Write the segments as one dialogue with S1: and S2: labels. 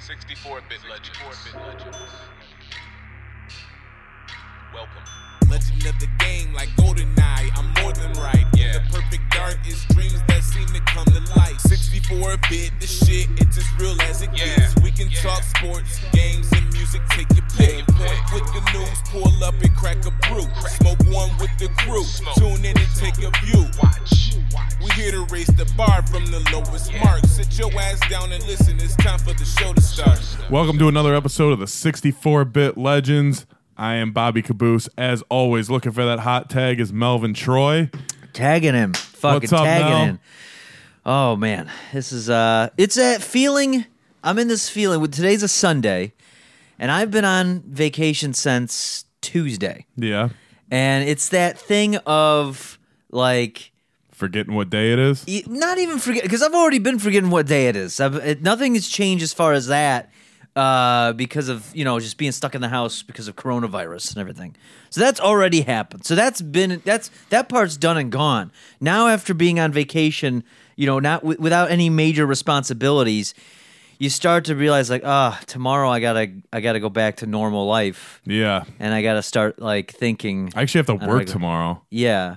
S1: 64-bit legends. 64-bit legends. Welcome.
S2: Legend of the game, like GoldenEye, I'm more than right.
S1: Yeah.
S2: The perfect dark is dreams that seem to come to life. 64 bit, the shit, it's as real as it
S1: Yeah.
S2: gets. We can
S1: Yeah.
S2: talk sports, games, and music, take your pick.
S1: Take your
S2: Point
S1: pick.
S2: with the news, pull up and crack a brew. Smoke one with the crew,
S1: Smoke.
S2: tune in and take a view.
S1: Watch. Watch.
S2: We here to raise the bar from the lowest
S1: Yeah.
S2: mark. Sit your ass down and listen, it's time for the show to start.
S3: Welcome to another episode of the 64 Bit Legends. I am Bobby Caboose. As always, looking for that hot tag is Melvin Troy.
S4: tagging him fucking
S3: What's up,
S4: tagging
S3: Mel?
S4: him oh man this is uh it's that feeling i'm in this feeling with today's a sunday and i've been on vacation since tuesday
S3: Yeah.
S4: and it's that thing of like
S3: Forgetting what day it is.
S4: e- not even forget because I've already been forgetting what day it is. I've, it, nothing has changed as far as that uh, because of you know just being stuck in the house because of coronavirus and everything. So that's already happened. So that's been that's that part's done and gone. Now after being on vacation, you know, not w- without any major responsibilities, you start to realize like, ah, tomorrow I gotta I gotta go back to normal life,
S3: Yeah.
S4: and I gotta start like thinking,
S3: I actually have to
S4: don't
S3: work
S4: like it.
S3: tomorrow.
S4: yeah.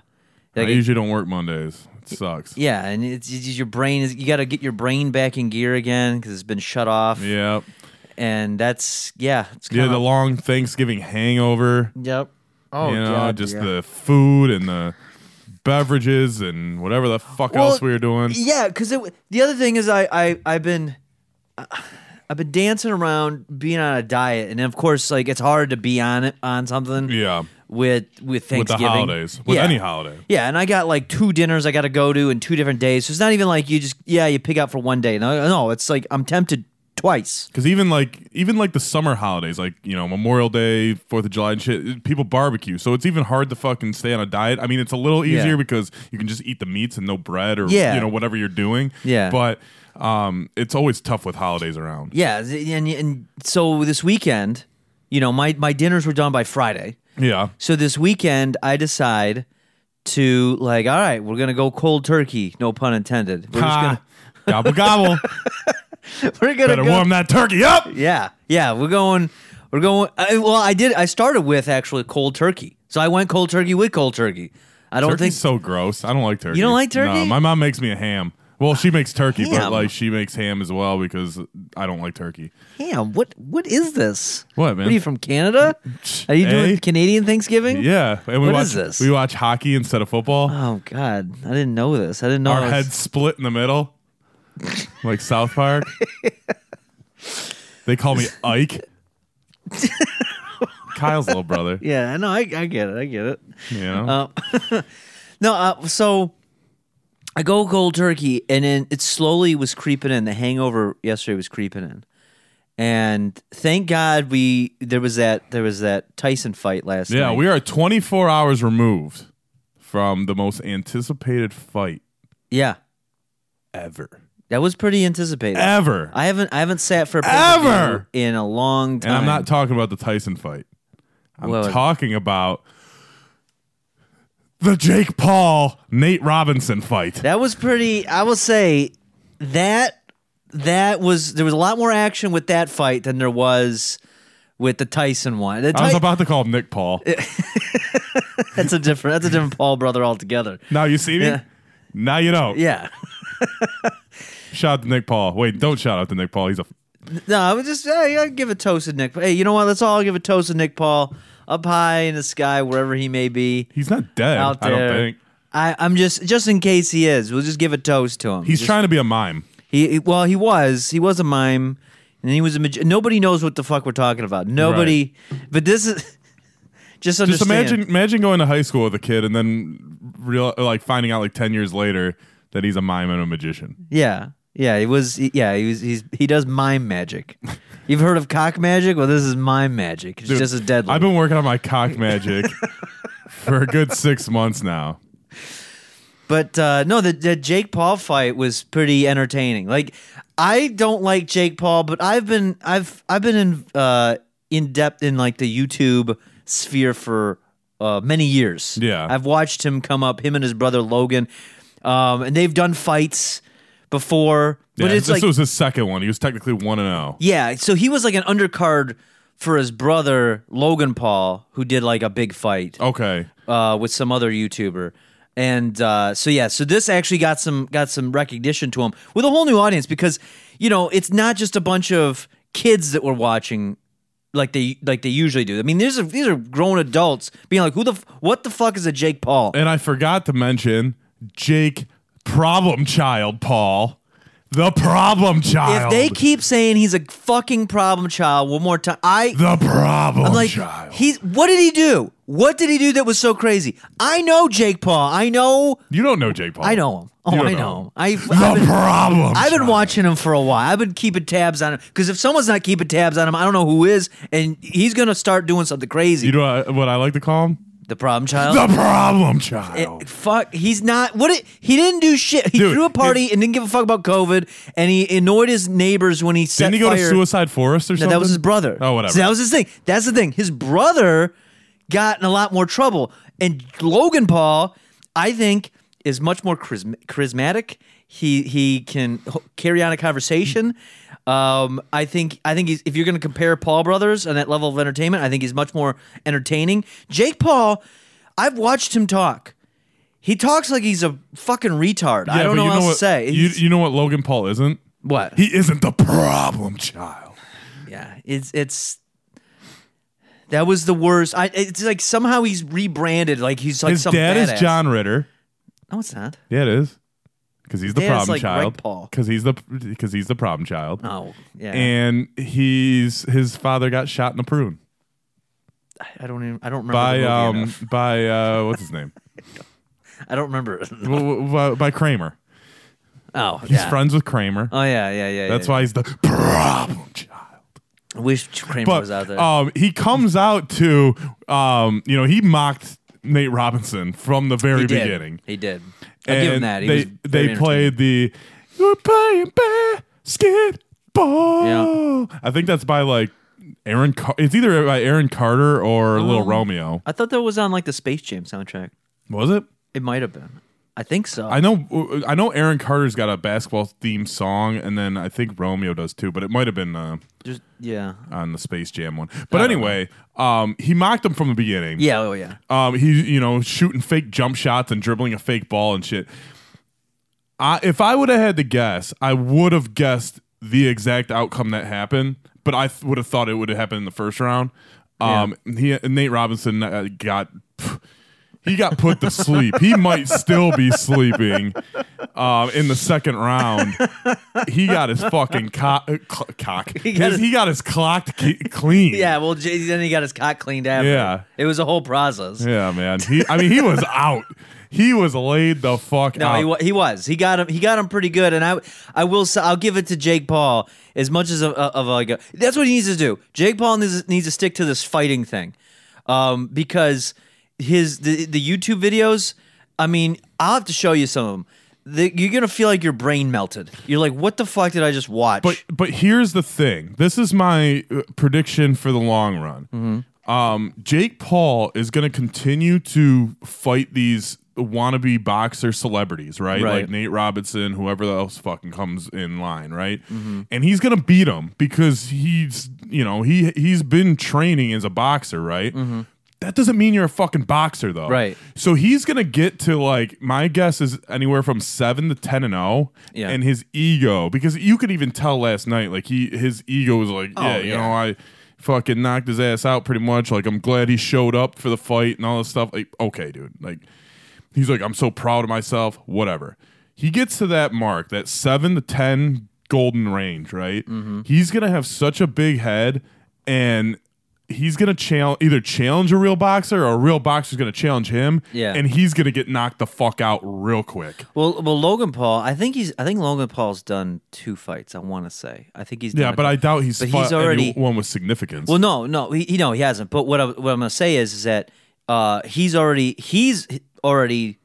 S4: Like,
S3: I usually don't work Mondays. It sucks.
S4: yeah, and it's, it's just your brain is you got to get your brain back in gear again because it's been shut off.
S3: Yeah.
S4: and that's yeah, it's
S3: Yeah,
S4: kinda-
S3: the long Thanksgiving hangover.
S4: yep.
S3: Oh, you know, just the food and the beverages and whatever the fuck else we were doing.
S4: Yeah, because the other thing is I I I've been I've been dancing around being on a diet, and of course, like it's hard to be on it on something.
S3: Yeah.
S4: with with
S3: With the
S4: Thanksgiving,
S3: holidays. With
S4: Yeah.
S3: any holiday.
S4: Yeah, and I got like two dinners I got to go to in two different days. So it's not even like you just yeah you pick out for one day. No, no, it's like I'm tempted twice.
S3: Because even like even like the summer holidays, like you know Memorial Day, Fourth of July, and shit, it- people barbecue, so it's even hard to fucking stay on a diet. I mean, it's a little
S4: Yeah.
S3: easier because you can just eat the meats and no bread or
S4: Yeah.
S3: you know whatever you're doing.
S4: Yeah.
S3: but um, it's always tough with holidays around.
S4: Yeah, th- and and so this weekend, you know, my my dinners were done by Friday.
S3: Yeah,
S4: So this weekend, I decide to like, all right, we're gonna go cold turkey. No pun intended. We're just
S3: Ha.
S4: gonna
S3: gobble gobble.
S4: we're gonna
S3: Better
S4: go-
S3: warm that turkey up.
S4: Yeah, yeah, we're going. We're going. I, well, I did. I started with actually cold turkey. So I went cold turkey with cold turkey. I don't
S3: Turkey's
S4: think
S3: so gross. I don't like turkey.
S4: You don't like turkey?
S3: No, my mom makes me a ham. Well, she makes turkey, but
S4: Ham.
S3: like she makes ham as well because I don't like turkey.
S4: Damn, what what is this?
S3: What,
S4: What
S3: man?
S4: are you from Canada? Are you doing
S3: Eh?
S4: Canadian Thanksgiving?
S3: Yeah, and we
S4: What
S3: watch
S4: is this?
S3: we watch hockey instead of football.
S4: Oh God, I didn't know this. I didn't know. I
S3: our
S4: was-
S3: heads split in the middle, like South Park. they call me Ike. Kyle's little brother.
S4: Yeah, I know. I, I get it. I get it.
S3: You know?
S4: Oh, No, uh, so I go cold turkey, and then it slowly was creeping in. The hangover yesterday was creeping in, and thank God we there was that there was that Tyson fight last night.
S3: yeah, we are 24 hours removed from the most anticipated fight
S4: yeah,
S3: ever,
S4: that was pretty anticipated.
S3: ever.
S4: I haven't I haven't sat for a
S3: Ever!
S4: pay-per-view in a long time.
S3: and I'm not talking about the Tyson fight. I'm
S4: Well-
S3: talking about the Jake Paul Nate Robinson fight.
S4: That was pretty. I will say that that was there was a lot more action with that fight than there was with the Tyson one. The
S3: I was
S4: Ty-
S3: about to call him Nick Paul.
S4: that's a different that's a different Paul brother altogether.
S3: Now you see me.
S4: Yeah.
S3: Now you don't.
S4: Yeah.
S3: Shout out to Nick Paul. Wait, don't shout out to Nick Paul. He's a
S4: No, I would just hey, I'd give a toast to Nick. Hey, you know what? Let's all give a toast to Nick Paul up high in the sky, wherever he may be
S3: he's not dead.
S4: out
S3: I
S4: there.
S3: don't think
S4: I, am just just in case he is. We'll just give a toast to him.
S3: he's
S4: Just-
S3: trying to be a mime.
S4: He he- well, he was he was a mime, and he was a magi- nobody knows what the fuck we're talking about. Nobody, but this is
S3: Just
S4: just understand.
S3: imagine imagine going to high school with a kid and then real like finding out like ten years later that he's a mime and a magician.
S4: yeah, yeah. He was he- yeah he was he's he does mime magic. You've heard of cock magic? Well, this is mime magic. It's
S3: Dude,
S4: just as deadly.
S3: I've been working on my cock magic for a good six months now.
S4: But uh, no, the, the Jake Paul fight was pretty entertaining. Like I don't like Jake Paul, but I've been I've I've been in uh, in depth in like the YouTube sphere for uh, many years.
S3: Yeah.
S4: I've watched him come up, him and his brother Logan, um, and they've done fights before. But
S3: Yeah,
S4: it's
S3: this
S4: like
S3: was his second one. He was technically one and oh. zero.
S4: Yeah, so he was like an undercard for his brother Logan Paul, who did like a big fight
S3: Okay,
S4: uh, with some other YouTuber, and uh, so yeah, so this actually got some got some recognition to him with a whole new audience because you know it's not just a bunch of kids that were watching like they like they usually do. I mean, these are these are grown adults being like, who the f- what the fuck is a Jake Paul?
S3: and I forgot to mention Jake Problem Child Paul, the Problem Child.
S4: If they keep saying he's a fucking problem child one more time, I
S3: the Problem
S4: I'm like,
S3: Child.
S4: he's what did he do? What did he do that was so crazy? I know Jake Paul. I know.
S3: you don't know Jake Paul.
S4: I know him. Oh,
S3: You don't
S4: I
S3: know
S4: know him.
S3: him.
S4: I,
S3: The
S4: I've been,
S3: Problem.
S4: I've been
S3: Child.
S4: watching him for a while. I've been keeping tabs on him because if someone's not keeping tabs on him, I don't know who is, and he's gonna start doing something crazy.
S3: You know what I- what I like to call him?
S4: the problem child.
S3: The Problem Child.
S4: Oh. It- fuck, he's not. What it, he didn't do shit. He
S3: Dude,
S4: threw a party and didn't give a fuck about COVID, and he annoyed his neighbors when he set
S3: Didn't he go to
S4: fire-
S3: Suicide Forest or
S4: No,
S3: something?
S4: that was his brother.
S3: Oh, whatever.
S4: So that was his thing. That's the thing. His brother got in a lot more trouble, and Logan Paul, I think, is much more charism- charismatic. He he can h- carry on a conversation. Um, I think I think he's, if you're going to compare Paul brothers and that level of entertainment, I think he's much more entertaining. Jake Paul, I've watched him talk. He talks like he's a fucking retard. I
S3: Yeah,
S4: don't
S3: but
S4: know
S3: you
S4: what else
S3: what,
S4: to say.
S3: You,
S4: He's-
S3: you know what Logan Paul isn't?
S4: what?
S3: He isn't the problem child.
S4: Yeah, it's it's that was the worst. I it's like somehow he's rebranded. Like he's like
S3: His
S4: some
S3: dad
S4: badass.
S3: is John Ritter.
S4: No, it's not.
S3: Yeah, it is. Because he's the
S4: Dad's
S3: problem
S4: like Rick
S3: child.
S4: Paul.
S3: Because he's the because he's the problem child.
S4: Oh yeah.
S3: And he's his father got shot in a prune
S4: I don't even. I don't remember.
S3: by
S4: the movie
S3: um
S4: enough.
S3: by uh what's his name
S4: I don't remember. it.
S3: W- w- by, by Kramer.
S4: Oh
S3: He's
S4: yeah.
S3: friends with Kramer.
S4: Oh yeah, yeah, yeah.
S3: That's
S4: yeah.
S3: why he's the problem child.
S4: I wish Kramer was out there.
S3: Um, he comes out to, um, you know, he mocked Nate Robinson from the very
S4: he did.
S3: beginning.
S4: He did. I give
S3: And
S4: him that. He
S3: they
S4: was very
S3: they played the "We're playing basketball." I think that's by like Aaron. Car- it's either by Aaron Carter or Little Romeo.
S4: I thought that was on like the Space Jam soundtrack.
S3: Was it?
S4: It might have been. I think so.
S3: I know. I know Aaron Carter's got a basketball themed song, and then I think Romeo does too. But it might have been. Uh,
S4: Just yeah.
S3: on the Space Jam one, but anyway, um, he mocked him from the beginning.
S4: Yeah. Oh yeah.
S3: Um, he, you know, shooting fake jump shots and dribbling a fake ball and shit. I, if I would have had to guess, I would have guessed the exact outcome that happened, but I th- would have thought it would have happened in the first round. Um, he, Nate Robinson uh, got. He got put to sleep. He might still be sleeping um, in the second round. He got his fucking co- uh, cl- cock. He
S4: got
S3: got his,
S4: his-
S3: he got his clock ki- clean.
S4: Yeah. Well, Jay- then he got his cock cleaned after.
S3: Yeah.
S4: It was a whole process.
S3: Yeah, man. He, I mean, he was out. He was laid the fuck
S4: No,
S3: out.
S4: he, wa- he was. He got him. He got him pretty good. And I, I will. say- I'll give it to Jake Paul as much as a, a- of like a. That's what he needs to do. Jake Paul needs, needs to stick to this fighting thing, um, because his the the YouTube videos. I mean, I'll have to show you some of them. The, you're gonna feel like your brain melted. You're like, what the fuck did I just watch?
S3: but but here's the thing. This is my uh, prediction for the long run.
S4: Mm-hmm.
S3: Um, Jake Paul is going to continue to fight these wannabe boxer celebrities, right?
S4: Right.
S3: Like Nate Robinson, whoever else fucking comes in line, right?
S4: Mm-hmm.
S3: And he's going to beat him because he's, you know, he he's been training as a boxer, right? That doesn't mean you're a fucking boxer though.
S4: Mm-hmm. Right.
S3: So he's going to get to like my guess is anywhere from 7 to 10 and 0
S4: Yeah.
S3: and his ego because you could even tell last night like he his ego was like yeah you
S4: Oh, yeah.
S3: know i fucking knocked his ass out pretty much like i'm glad he showed up for the fight and all this stuff like okay dude like he's like i'm so proud of myself whatever he gets to that mark that 7 to 10 golden range right
S4: Mm-hmm.
S3: he's gonna have such a big head and he's gonna challenge either challenge a real boxer or a real boxer's gonna challenge him
S4: Yeah.
S3: and he's gonna get knocked the fuck out real quick
S4: well, well, Logan Paul. I think he's. I think Logan Paul's done two fights. I want to say. I think he's.
S3: Yeah,
S4: done a
S3: but I
S4: couple.
S3: doubt he's,
S4: But
S3: fought
S4: he's already.
S3: one with significance.
S4: Well, no, no, he, he- no, he hasn't. But what I, what I'm gonna say is, is that uh, he's already he's already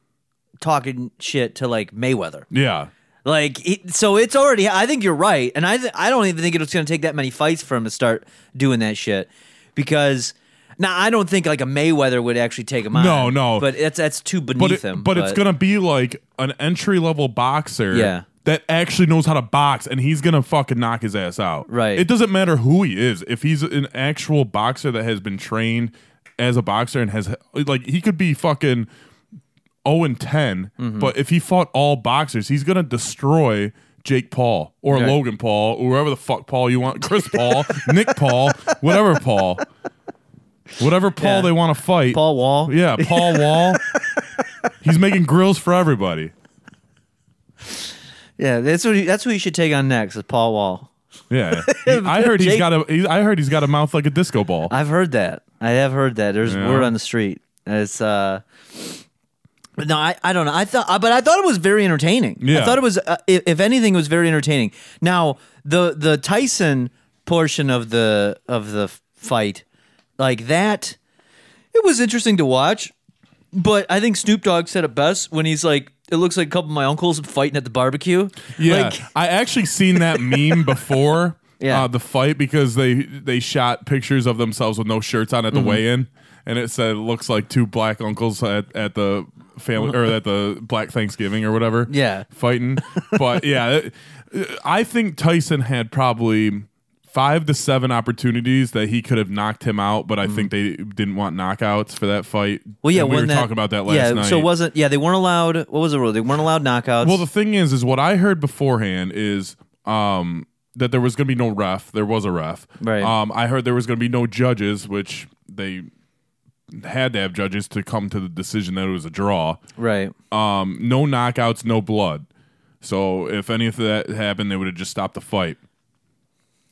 S4: talking shit to like Mayweather.
S3: yeah,
S4: Like, he, so it's already. I think you're right, and I th- I don't even think it's gonna take that many fights for him to start doing that shit because. Now I don't think like a Mayweather would actually take him out.
S3: No, no.
S4: But that's that's too
S3: but
S4: beneath
S3: it-
S4: him.
S3: but it's gonna be like an entry level boxer
S4: Yeah.
S3: that actually knows how to box and he's gonna fucking knock his ass out.
S4: Right.
S3: It doesn't matter who he is. If he's an actual boxer that has been trained as a boxer and has like he could be fucking 0 and 10,
S4: Mm-hmm.
S3: but if he fought all boxers, he's gonna destroy Jake Paul or
S4: Right.
S3: Logan Paul or whoever the fuck Paul you want, Chris Paul, Nick Paul, whatever Paul. Whatever Paul
S4: Yeah.
S3: they want to fight.
S4: Paul Wall.
S3: Yeah, Paul Wall. He's making grills for everybody.
S4: Yeah, that's what he, that's who you should take on next is Paul Wall.
S3: Yeah, He- I heard he's
S4: Jake-
S3: got a. He, I heard he's got a mouth like a disco ball.
S4: I've heard that. I have heard that. There's
S3: Yeah.
S4: word on the street. It's uh but no, I, I don't know. I thought, uh, but I thought it was very entertaining. I
S3: Yeah.
S4: thought it was, uh, if, if anything, it was very entertaining. Now the the Tyson portion of the of the fight, like that, it was interesting to watch. But I think Snoop Dogg said it best when he's like, "It looks like a couple of my uncles fighting at the barbecue."
S3: yeah,
S4: Like-
S3: I actually seen that meme before.
S4: Yeah.
S3: Uh, the fight because they they shot pictures of themselves with no shirts on at the
S4: Mm-hmm.
S3: weigh-in, and it said it looks like two black uncles at, at the family or at the Black Thanksgiving or whatever.
S4: Yeah.
S3: fighting. but yeah, it- I think Tyson had probably five to seven opportunities that he could have knocked him out, but I think they didn't want knockouts for that fight.
S4: Mm-hmm. Well, yeah,
S3: And we
S4: when
S3: were
S4: that,
S3: talking about that last
S4: yeah,
S3: night.
S4: so it wasn't yeah they weren't allowed. What was the rule? They weren't allowed knockouts.
S3: Well, the thing is, is what I heard beforehand is um, that there was going to be no ref. There was a ref.
S4: Right.
S3: Um, I heard there was going to be no judges, which they had to have judges to come to the decision that it was a draw.
S4: right.
S3: Um, no knockouts, no blood. So if any of that happened, they would have just stopped the fight.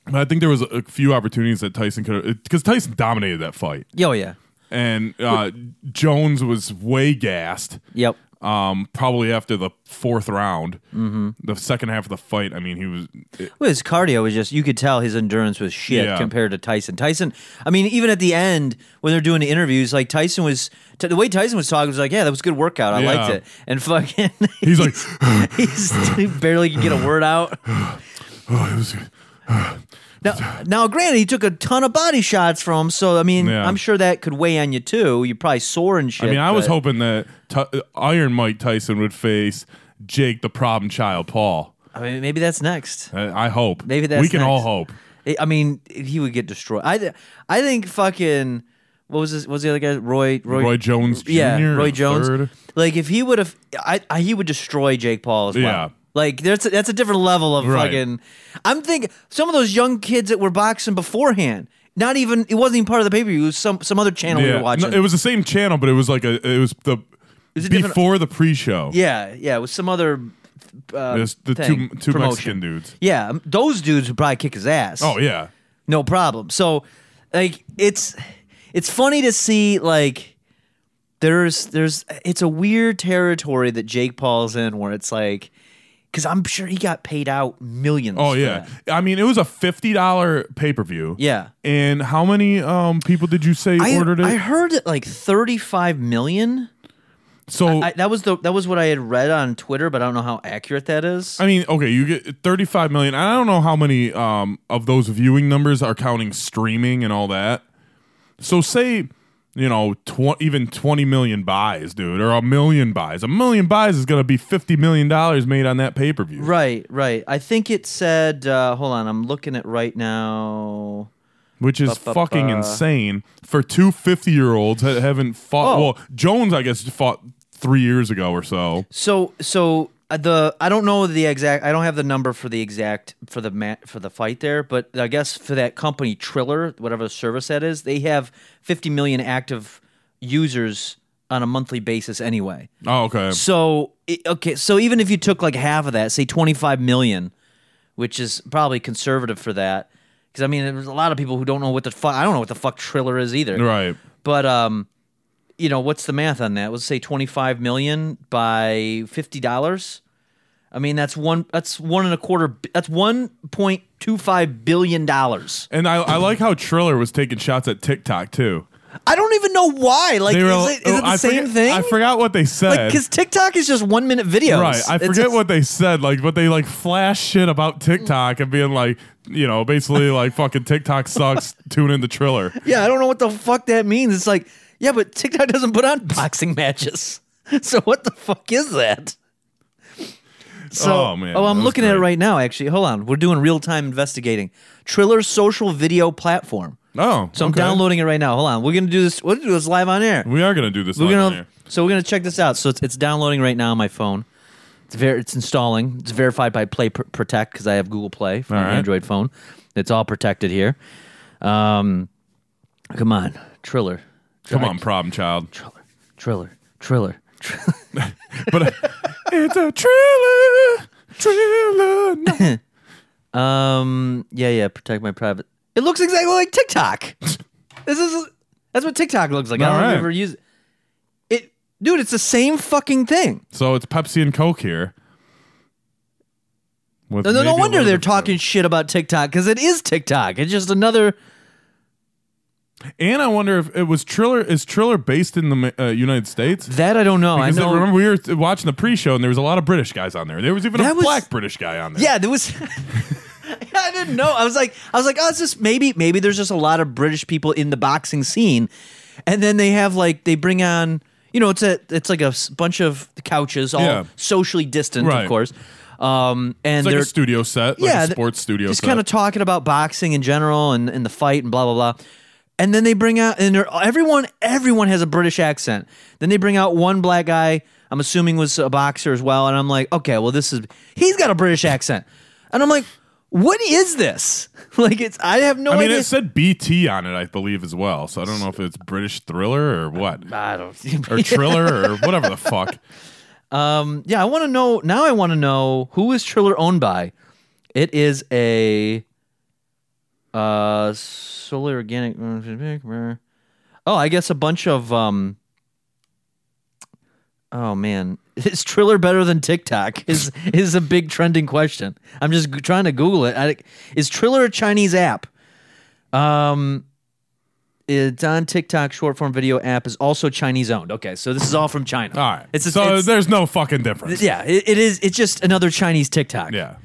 S3: But I think there was a, a few opportunities that Tyson could, because Tyson dominated that fight,
S4: Yeah, Oh yeah.
S3: and uh, Jones was way gassed
S4: Yep.
S3: um, probably after the fourth round, mm-hmm. the second half of the fight. I mean, he was
S4: Well, his cardio was just, you could tell his endurance was shit
S3: Yeah.
S4: compared to Tyson. Tyson, I mean, even at the end when they're doing the interviews, like Tyson was, t- the way Tyson was talking was like, yeah, that was a good workout. I liked
S3: Yeah.
S4: it. And fucking,
S3: he's like,
S4: he's, he barely could get a word out.
S3: oh, it was,
S4: Now, now, granted, he took a ton of body shots from him. So, I mean,
S3: Yeah.
S4: I'm sure that could weigh on you too. You're probably sore and
S3: I
S4: shit.
S3: mean, I was
S4: but-
S3: hoping that Ty- uh, Iron Mike Tyson would face Jake, the problem child, Paul.
S4: I mean, maybe that's next.
S3: I, I hope.
S4: Maybe that's
S3: we can all
S4: next.
S3: hope.
S4: I- I mean, he would get destroyed. I, th- I think fucking, what was this? What was the other guy? Roy, Roy,
S3: Roy Jones Jr.
S4: yeah, Roy
S3: the
S4: Jones.
S3: third.
S4: Like if he would have, I, I he would destroy Jake Paul as well.
S3: Yeah.
S4: Like that's a, that's a different level of
S3: Right.
S4: fucking. I'm thinking some of those young kids that were boxing beforehand. Not even it wasn't even part of the pay per view. It was some some other channel we
S3: Yeah,
S4: were watching.
S3: No, it was the same channel, but it was like a. It was the
S4: a different-
S3: before the pre-show.
S4: yeah, yeah. It was some other. Uh,
S3: It was the
S4: thing,
S3: two two
S4: promotion.
S3: Mexican dudes.
S4: Yeah, um, those dudes would probably kick his ass.
S3: Oh yeah,
S4: no problem. So, like, it's it's funny to see like there's there's it's a weird territory that Jake Paul's in where it's like because I'm sure he got paid out millions.
S3: oh
S4: for
S3: yeah.
S4: that.
S3: I mean, it was a fifty dollar pay per view.
S4: yeah.
S3: And how many um people did you say
S4: I,
S3: ordered it?
S4: I heard that like 35 million.
S3: so
S4: I,
S3: I,
S4: that was the that was what I had read on Twitter, but I don't know how accurate that is.
S3: mean, okay, you get 35 million. I don't know how many um of those viewing numbers are counting streaming and all that. So say you know, tw- even 20 million buys, dude, or a million buys. A million buys is going to be 50 million dollars made on that pay-per-view.
S4: Right, right. I think it said. Uh, hold on, I'm looking at right now.
S3: which is
S4: Ba-ba-ba.
S3: fucking insane for two 50 year olds that haven't fought.
S4: Oh.
S3: Well, Jones, I guess, fought three years ago or so.
S4: So so uh, the I don't know the exact I don't have the number for the exact for the mat for the fight there, but I guess for that company Triller, whatever service that is, they have 50 million active users on a monthly basis anyway.
S3: Oh, okay.
S4: So i- okay, so even if you took like half of that, say 25 million, which is probably conservative for that, because I mean there's a lot of people who don't know what the fuck I don't know what the fuck Triller is either.
S3: Right.
S4: But um, you know, what's the math on that? Let's say twenty five million by fifty dollars. I mean, that's one. That's one and a quarter. bi- That's one point two five billion dollars.
S3: And I, I like how Triller was taking shots at TikTok too.
S4: I don't even know why. Like,
S3: They
S4: is,
S3: were- "Oh,
S4: it, is it the
S3: I
S4: same
S3: forget-
S4: thing?
S3: I forgot what they
S4: Like,
S3: said.
S4: because TikTok is just one minute videos.
S3: right. I
S4: It's
S3: forget
S4: just-
S3: what they said. Like, but they like flash shit about TikTok and being like, you know, basically like fucking TikTok sucks. Tune in to Triller.
S4: Yeah, I don't know what the fuck that means. It's like, yeah, but TikTok doesn't put on boxing matches. So what the fuck is that? So,
S3: Oh, man,
S4: I'm
S3: that was
S4: looking at it
S3: great.
S4: right now. Actually, hold on. We're doing real time investigating. Triller's social video platform.
S3: Oh,
S4: So I'm
S3: okay.
S4: downloading it right now. Hold on. We're gonna do this. We're gonna do this live on air.
S3: We are gonna do this.
S4: We're
S3: live on
S4: gonna.
S3: air.
S4: So we're gonna check this out. So it's, it's downloading right now on my phone. It's ver- It's installing. It's verified by Play Pr- Protect because I have Google Play for
S3: All
S4: my
S3: right.
S4: Android phone. It's all protected here. Um, come on, Triller,
S3: Come on, problem child.
S4: Triller, Triller, Triller.
S3: But uh, it's a thriller, thriller. night.
S4: Um, yeah, yeah. Protect my private. It looks exactly like TikTok. this is that's what TikTok looks like. I
S3: All
S4: don't
S3: right.
S4: ever use it. it. Dude, it's the same fucking thing.
S3: So it's Pepsi and Coke here. With
S4: No, no,
S3: maybe
S4: no
S3: a
S4: wonder
S3: little
S4: they're
S3: bit-
S4: talking shit about TikTok because it is TikTok. It's just another.
S3: And I wonder if it was Triller. Is Triller based in the uh, United States?
S4: That I don't know.
S3: Because
S4: I know.
S3: remember we were watching the pre-show and there was a lot of British guys on there. There was even
S4: That
S3: a
S4: was-
S3: black British guy on there.
S4: yeah, there was. I didn't know. I was like, I was like, oh, it's just maybe, maybe there's just a lot of British people in the boxing scene, and then they have like they bring on, you know, it's a it's like a s- bunch of couches, all
S3: Yeah.
S4: socially distant,
S3: Right.
S4: of course. Um, and
S3: it's like
S4: they're
S3: a studio set, like
S4: yeah,
S3: a
S4: th-
S3: sports studio
S4: Just
S3: set.
S4: kind of talking about boxing in general and, and the fight and blah blah blah. And then they bring out and they're, everyone everyone has a British accent. Then they bring out one black guy. I'm assuming was a boxer as well. And I'm like, okay, well this is he's got a British accent. And I'm like, what is this? Like it's I have no
S3: I mean,
S4: idea.
S3: it said BT on it, I believe, as well. So I don't know if it's British thriller or what,
S4: I don't.
S3: or Triller or whatever the fuck.
S4: yeah, I want to know now. I want to know who is Triller owned by. It is a uh solely organic. Oh, I guess a bunch of um. Oh man, is Triller better than TikTok? Is is a big trending question. I'm just g- trying to Google it. I, is Triller a Chinese app? Um. It's on TikTok. Short form video app is also Chinese owned. Okay, so this is all from China.
S3: All right.
S4: It's a,
S3: so
S4: it's-
S3: there's no fucking difference.
S4: yeah, it, it is. It's just another Chinese TikTok.
S3: Yeah.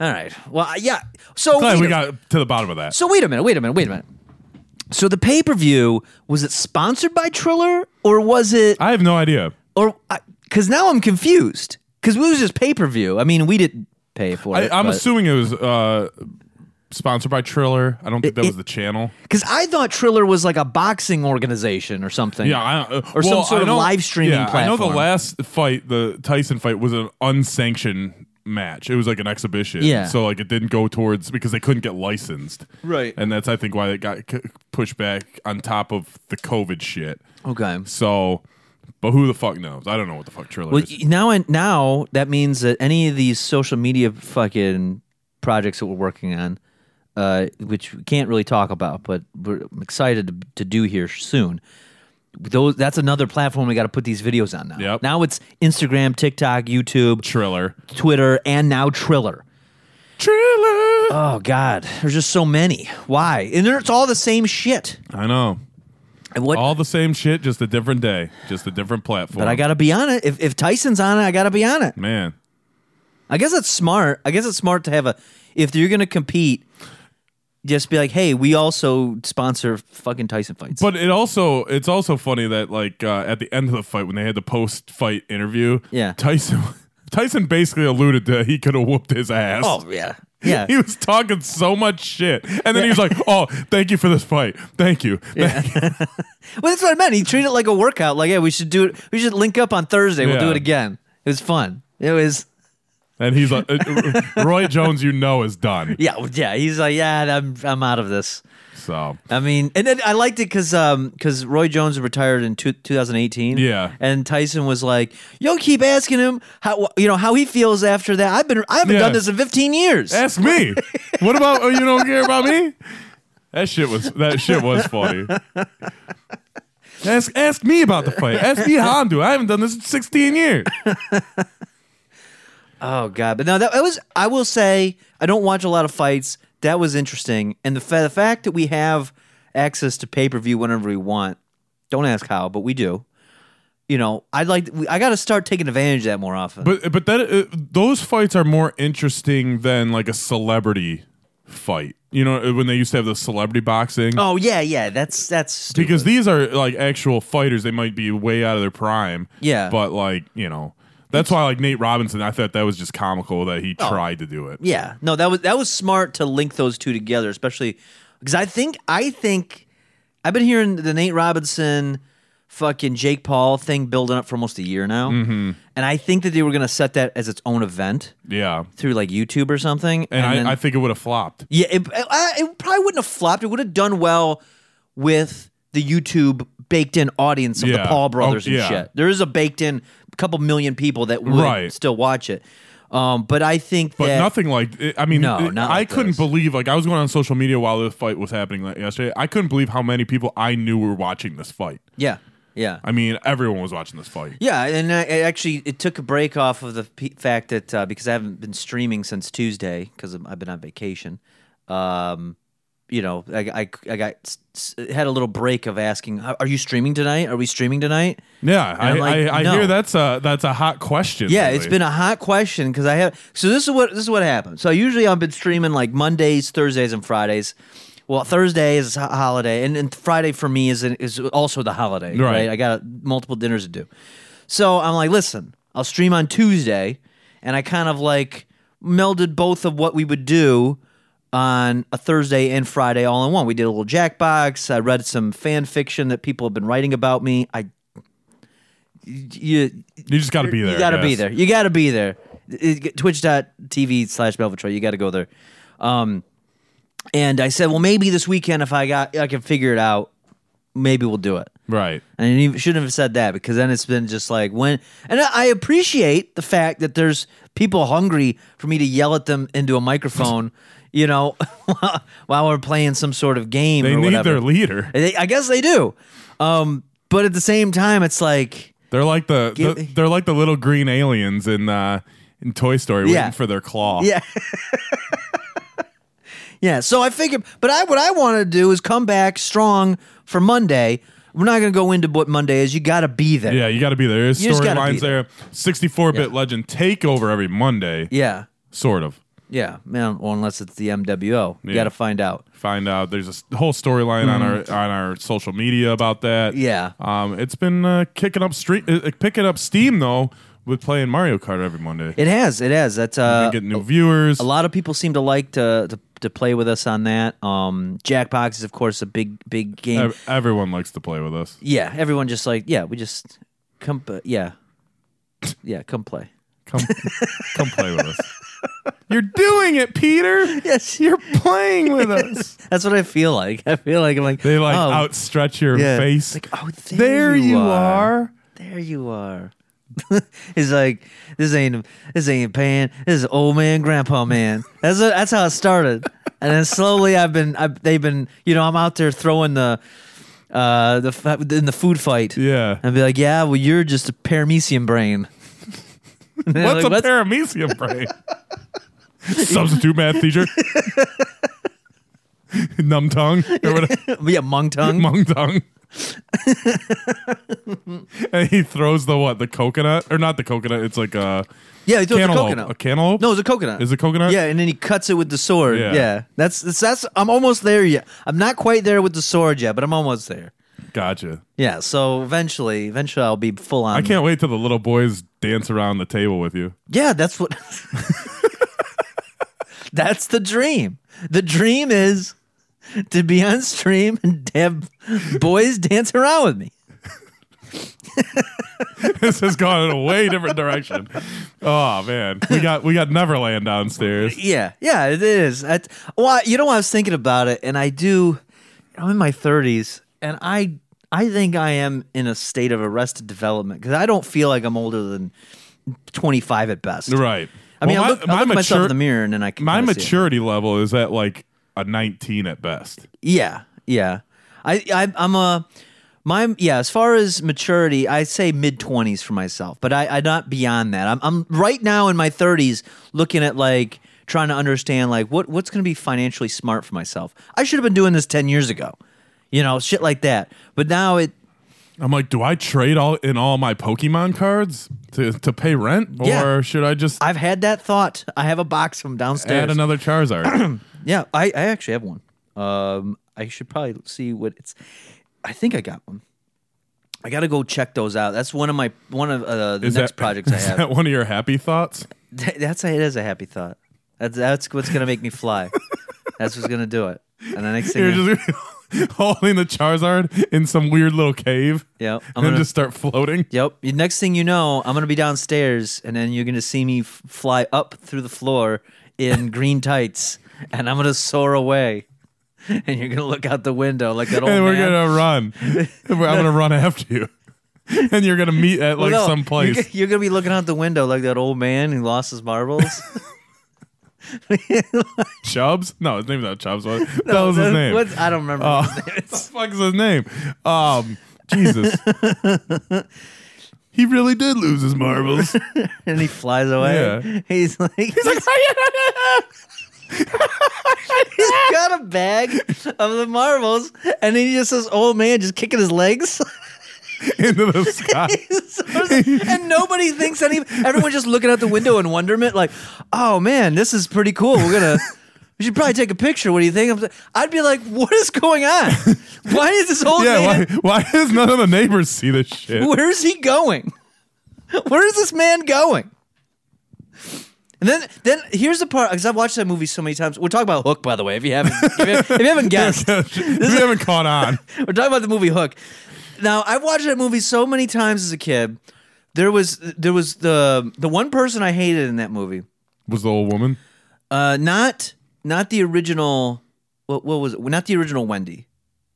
S4: All right. Well, I- yeah. So
S3: Glad
S4: wait
S3: we
S4: a-
S3: got to the bottom of that.
S4: So wait a minute. Wait a minute. Wait a minute. So the pay per view was it sponsored by Triller or was it
S3: I have no idea.
S4: or because now I'm confused because it was just pay per view. I mean, we didn't pay for
S3: I,
S4: it.
S3: I'm assuming it was uh, sponsored by Triller. I don't think that
S4: It-
S3: was the channel.
S4: because I thought Triller was like a boxing organization or something.
S3: Yeah, I, uh,
S4: Or some
S3: well,
S4: sort
S3: I
S4: of
S3: know-
S4: live streaming
S3: yeah, I know the
S4: platform.
S3: last fight, the Tyson fight, was an unsanctioned match. It was like an exhibition.
S4: Yeah.
S3: So like it didn't go towards because they couldn't get licensed.
S4: Right.
S3: And that's I think why it got c- pushed back on top of the COVID shit.
S4: Okay.
S3: So, but who the fuck knows? I don't know what the fuck Triller
S4: Well,
S3: is.
S4: y- now and now that means that any of these social media fucking projects that we're working on, uh, which we can't really talk about, but we're I'm excited to, to do here soon. Those that's another platform we got to put these videos on now.
S3: Yep.
S4: Now it's Instagram, TikTok, YouTube,
S3: Triller.
S4: Twitter, and now Triller.
S3: Triller.
S4: Oh God, there's just so many. Why? And they're- it's all the same shit.
S3: I know.
S4: And what?
S3: All the same shit, just a different day, just a different platform.
S4: but I gotta be on it. If, if Tyson's on it, I gotta be on it.
S3: man.
S4: I guess that's smart. I guess it's smart to have a if you're gonna compete, just be like, hey, we also sponsor fucking Tyson fights.
S3: But it also it's also funny that like uh, at the end of the fight when they had the post fight interview,
S4: Yeah.
S3: Tyson Tyson basically alluded to he could have whooped his ass.
S4: oh yeah, yeah.
S3: He was talking so much shit, and then he was like, "Oh, thank you for this fight. Thank you."
S4: well, that's what I meant. He treated it like a workout. Like, yeah, we should do it. We should link up on Thursday. We'll do
S3: Yeah.
S4: it again. It was fun. It was.
S3: And he's like, uh, "Roy Jones, you know, is done."
S4: Yeah, well, yeah. He's like, yeah, I'm, I'm out of this.
S3: So
S4: I mean, and then I liked it because because Roy Jones retired in two, 2018.
S3: Yeah.
S4: and Tyson was like, "Yo, keep asking him how you know how he feels after that. I've been I haven't
S3: Yeah.
S4: done this in 15 years.
S3: ask me. What about oh, you? Don't care about me? That shit was that shit was funny. Ask ask me about the fight. Ask me how I'm doing. I haven't done this in 16 years.
S4: Oh god, but no, that, that was. I will say, I don't watch a lot of fights. That was interesting, and the, fa- the fact that we have access to pay per view whenever we want. Don't ask how, but we do. You know, I'd like. we- I got to start taking advantage of that more often.
S3: But but that uh, those fights are more interesting than like a celebrity fight. You know uh, when they used to have the celebrity boxing
S4: oh yeah, yeah, that's that's stupid.
S3: because these are like actual fighters. They might be way out of their prime.
S4: Yeah.
S3: but like you know. That's why, like Nate Robinson, I thought that was just comical that he
S4: Oh.
S3: tried to do it.
S4: Yeah, no, that was that was smart to link those two together, especially because I think I think I've been hearing the Nate Robinson, fucking Jake Paul thing building up for almost a year now, mm-hmm. and I think that they were gonna set that as its own event
S3: Yeah,
S4: through like YouTube or something.
S3: and, I,
S4: then-
S3: I think it would have flopped.
S4: yeah, it, I, it probably wouldn't have flopped. It would have done well with the YouTube baked in audience of
S3: Yeah.
S4: the Paul brothers
S3: Oh, yeah.
S4: and shit. There is a baked in couple million people that would
S3: Right.
S4: still watch it. Um, but I think
S3: But
S4: that
S3: nothing like it- I mean,
S4: No,
S3: it-
S4: not
S3: I
S4: like
S3: couldn't
S4: this.
S3: believe like I was going on social media while the fight was happening like, yesterday. I couldn't believe how many people I knew were watching this fight.
S4: Yeah, yeah.
S3: I mean, everyone was watching this fight.
S4: Yeah, and I, I actually it took a break off of the p- fact that uh, because I haven't been streaming since Tuesday because I've been on vacation. Um, you know, I, I, I got s- s- had a little break of asking, "Are you streaming tonight? Are we streaming tonight?"
S3: Yeah, I,
S4: I'm like,
S3: I, I
S4: no.
S3: hear that's a that's a hot question.
S4: Yeah,
S3: lately.
S4: it's been a hot question because I have. So this is what this is what happened. So usually I've been streaming like Mondays, Thursdays, and Fridays. Well, Thursday is a holiday, and, and Friday for me is is also the holiday.
S3: Right.
S4: Right. I got multiple dinners to do. So I'm like, listen, I'll stream on Tuesday, and I kind of like melded both of what we would do on a Thursday and Friday all in one. We did a little Jackbox. I read some fan fiction that people have been writing about me. I. You,
S3: you just got to be there.
S4: you gotta
S3: I
S4: be
S3: guess.
S4: there. You gotta be there. It- it- Twitch.tv slash Belvatro. You gotta go there. Um, and I said, well, maybe this weekend if I got I can figure it out, maybe we'll do it.
S3: Right.
S4: And I didn't- shouldn't have said that because then it's been just like when. And I I appreciate the fact that there's people hungry for me to yell at them into a microphone, you know, while we're playing some sort of game.
S3: They
S4: or
S3: need
S4: whatever.
S3: their leader.
S4: They- I guess they do. Um, but at the same time, it's like.
S3: They're like the,
S4: Give-
S3: the they're like the little green aliens in uh, in Toy Story
S4: Yeah.
S3: waiting for their claw.
S4: Yeah. yeah. So I figured, but I what I want to do is come back strong for Monday. We're not going to go into what Monday is. You got to be there.
S3: Yeah, you got to be there. There's
S4: You just gotta be
S3: storylines there. 64-bit legend takeover every Monday,
S4: Yeah.
S3: sort of.
S4: Yeah. Man, well, unless it's the MWO, you
S3: Yeah.
S4: got to find out.
S3: Find out there's a s- whole storyline on our on our social media about that.
S4: Mm-hmm. Yeah.
S3: um, it's been uh, kicking up street, uh, picking up steam though with playing Mario Kart every Monday.
S4: It has. It has. That's
S3: We
S4: uh,
S3: get new viewers.
S4: a lot of people seem to like to to, to play with us on that. Um, Jackbox is of course a big big game.
S3: Ev- Everyone likes to play with us.
S4: yeah. Everyone just like yeah. We just come. uh, Yeah. Yeah. Come play.
S3: Come, come play with us. You're doing it, Peter.
S4: Yes.
S3: You're playing with us.
S4: That's what I feel like. I feel like I'm like
S3: They like
S4: oh,
S3: outstretch your
S4: Yeah.
S3: face.
S4: Like, oh, there,
S3: there you are.
S4: There you are. He's like, this ain't this ain't pan. This is old man, grandpa man. That's what, that's how it started, and then slowly I've been I've, they've been you know I'm out there throwing the uh the fa- in the food fight.
S3: Yeah.
S4: And be like, yeah, well you're just a paramecium brain. And they're
S3: What's
S4: like,
S3: a paramecium brain? Substitute math teacher. Numb tongue or whatever.
S4: yeah, mung tongue.
S3: Mung tongue. and he throws the what? The coconut or not the coconut? It's like a
S4: yeah, he throws the
S3: cantaloupe.
S4: coconut.
S3: A cantaloupe?
S4: No, it's a coconut.
S3: Is it coconut?
S4: Yeah, and then he cuts it with the sword.
S3: Yeah.
S4: Yeah, that's, that's that's. I'm almost there yet. I'm not quite there with the sword yet, but I'm almost there.
S3: Gotcha.
S4: Yeah. So eventually, eventually, I'll be full on.
S3: I can't wait till the little boys dance around the table with you.
S4: Yeah, that's what. that's the dream. The dream is to be on stream and have boys dance around with me.
S3: this has gone in a way different direction. Oh man, we got we got Neverland downstairs.
S4: Yeah, yeah, it is. That's, well, you know, I was thinking about it, and I do. I'm in my 30s, and I I think I am in a state of arrested development because I don't feel like I'm older than 25 at best.
S3: Right.
S4: I mean,
S3: Well,
S4: I look, I look at myself in the mirror, and then I can
S3: my
S4: kinda see it.
S3: maturity level is at like a 19 at best.
S4: Yeah, yeah. I, I I'm a my yeah. As far as maturity, I say mid twenties for myself, but I I not beyond that. I'm I'm right now in my thirties, looking at like trying to understand like what what's going to be financially smart for myself. I should have been doing this ten years ago, you know, shit like that. But now it
S3: I'm like, do I trade all in all my Pokemon cards to, to pay rent, or
S4: Yeah.
S3: should I just
S4: I've had that thought. I have a box from downstairs.
S3: add another Charizard?
S4: Yeah, I, I actually have one. Um, I should probably see what it's. I think I got one. I gotta go check those out. That's one of my one of uh, the
S3: Is
S4: next
S3: that
S4: projects I
S3: is
S4: have.
S3: that one of your happy thoughts?
S4: That- That's a, it is a happy thought. That's that's what's gonna make me fly. that's what's gonna do it. And the next thing,
S3: You're
S4: I-
S3: just holding the Charizard in some weird little cave,
S4: Yep, I'm
S3: and then
S4: gonna-
S3: just start floating.
S4: yep. The next thing you know, I'm gonna be downstairs, and then you're gonna see me f- fly up through the floor in green tights, and I'm gonna soar away, and you're gonna look out the window like that old
S3: and we're
S4: man.
S3: gonna run. I'm gonna run after you, and you're gonna meet at like
S4: Well, no,
S3: some place.
S4: You're, g- you're gonna be looking out the window like that old man who lost his marbles.
S3: Chubbs? No, his name's not Chubbs. What that was his name?
S4: What's- I don't remember.
S3: Uh,
S4: his name.
S3: what the fuck is his name? Um, Jesus. he really did lose his marbles.
S4: and he flies away.
S3: Yeah.
S4: He's like, he's
S3: "Ah!"
S4: got a bag of the marbles, and then he just this old man just kicking his legs.
S3: into the sky.
S4: and nobody thinks any. Everyone's just looking out the window in wonderment, like, "Oh man, this is pretty cool. We're gonna." We should probably take a picture. What do you think? I'm- I'd be like, "What is going on? Why is this old
S3: Yeah,
S4: man?
S3: why, why does none of the neighbors see this shit?
S4: Where is he going? Where is this man going? And then, then here's the part because I've watched that movie so many times. We're talking about Hook, by the way. If you haven't, if you haven't, if you haven't guessed,
S3: we haven't caught on.
S4: we're talking about the movie Hook. Now, I've watched that movie so many times as a kid. There was there was the the one person I hated in that movie.
S3: Was the old woman?
S4: Uh, not not the original. What, what was it? Not the original Wendy,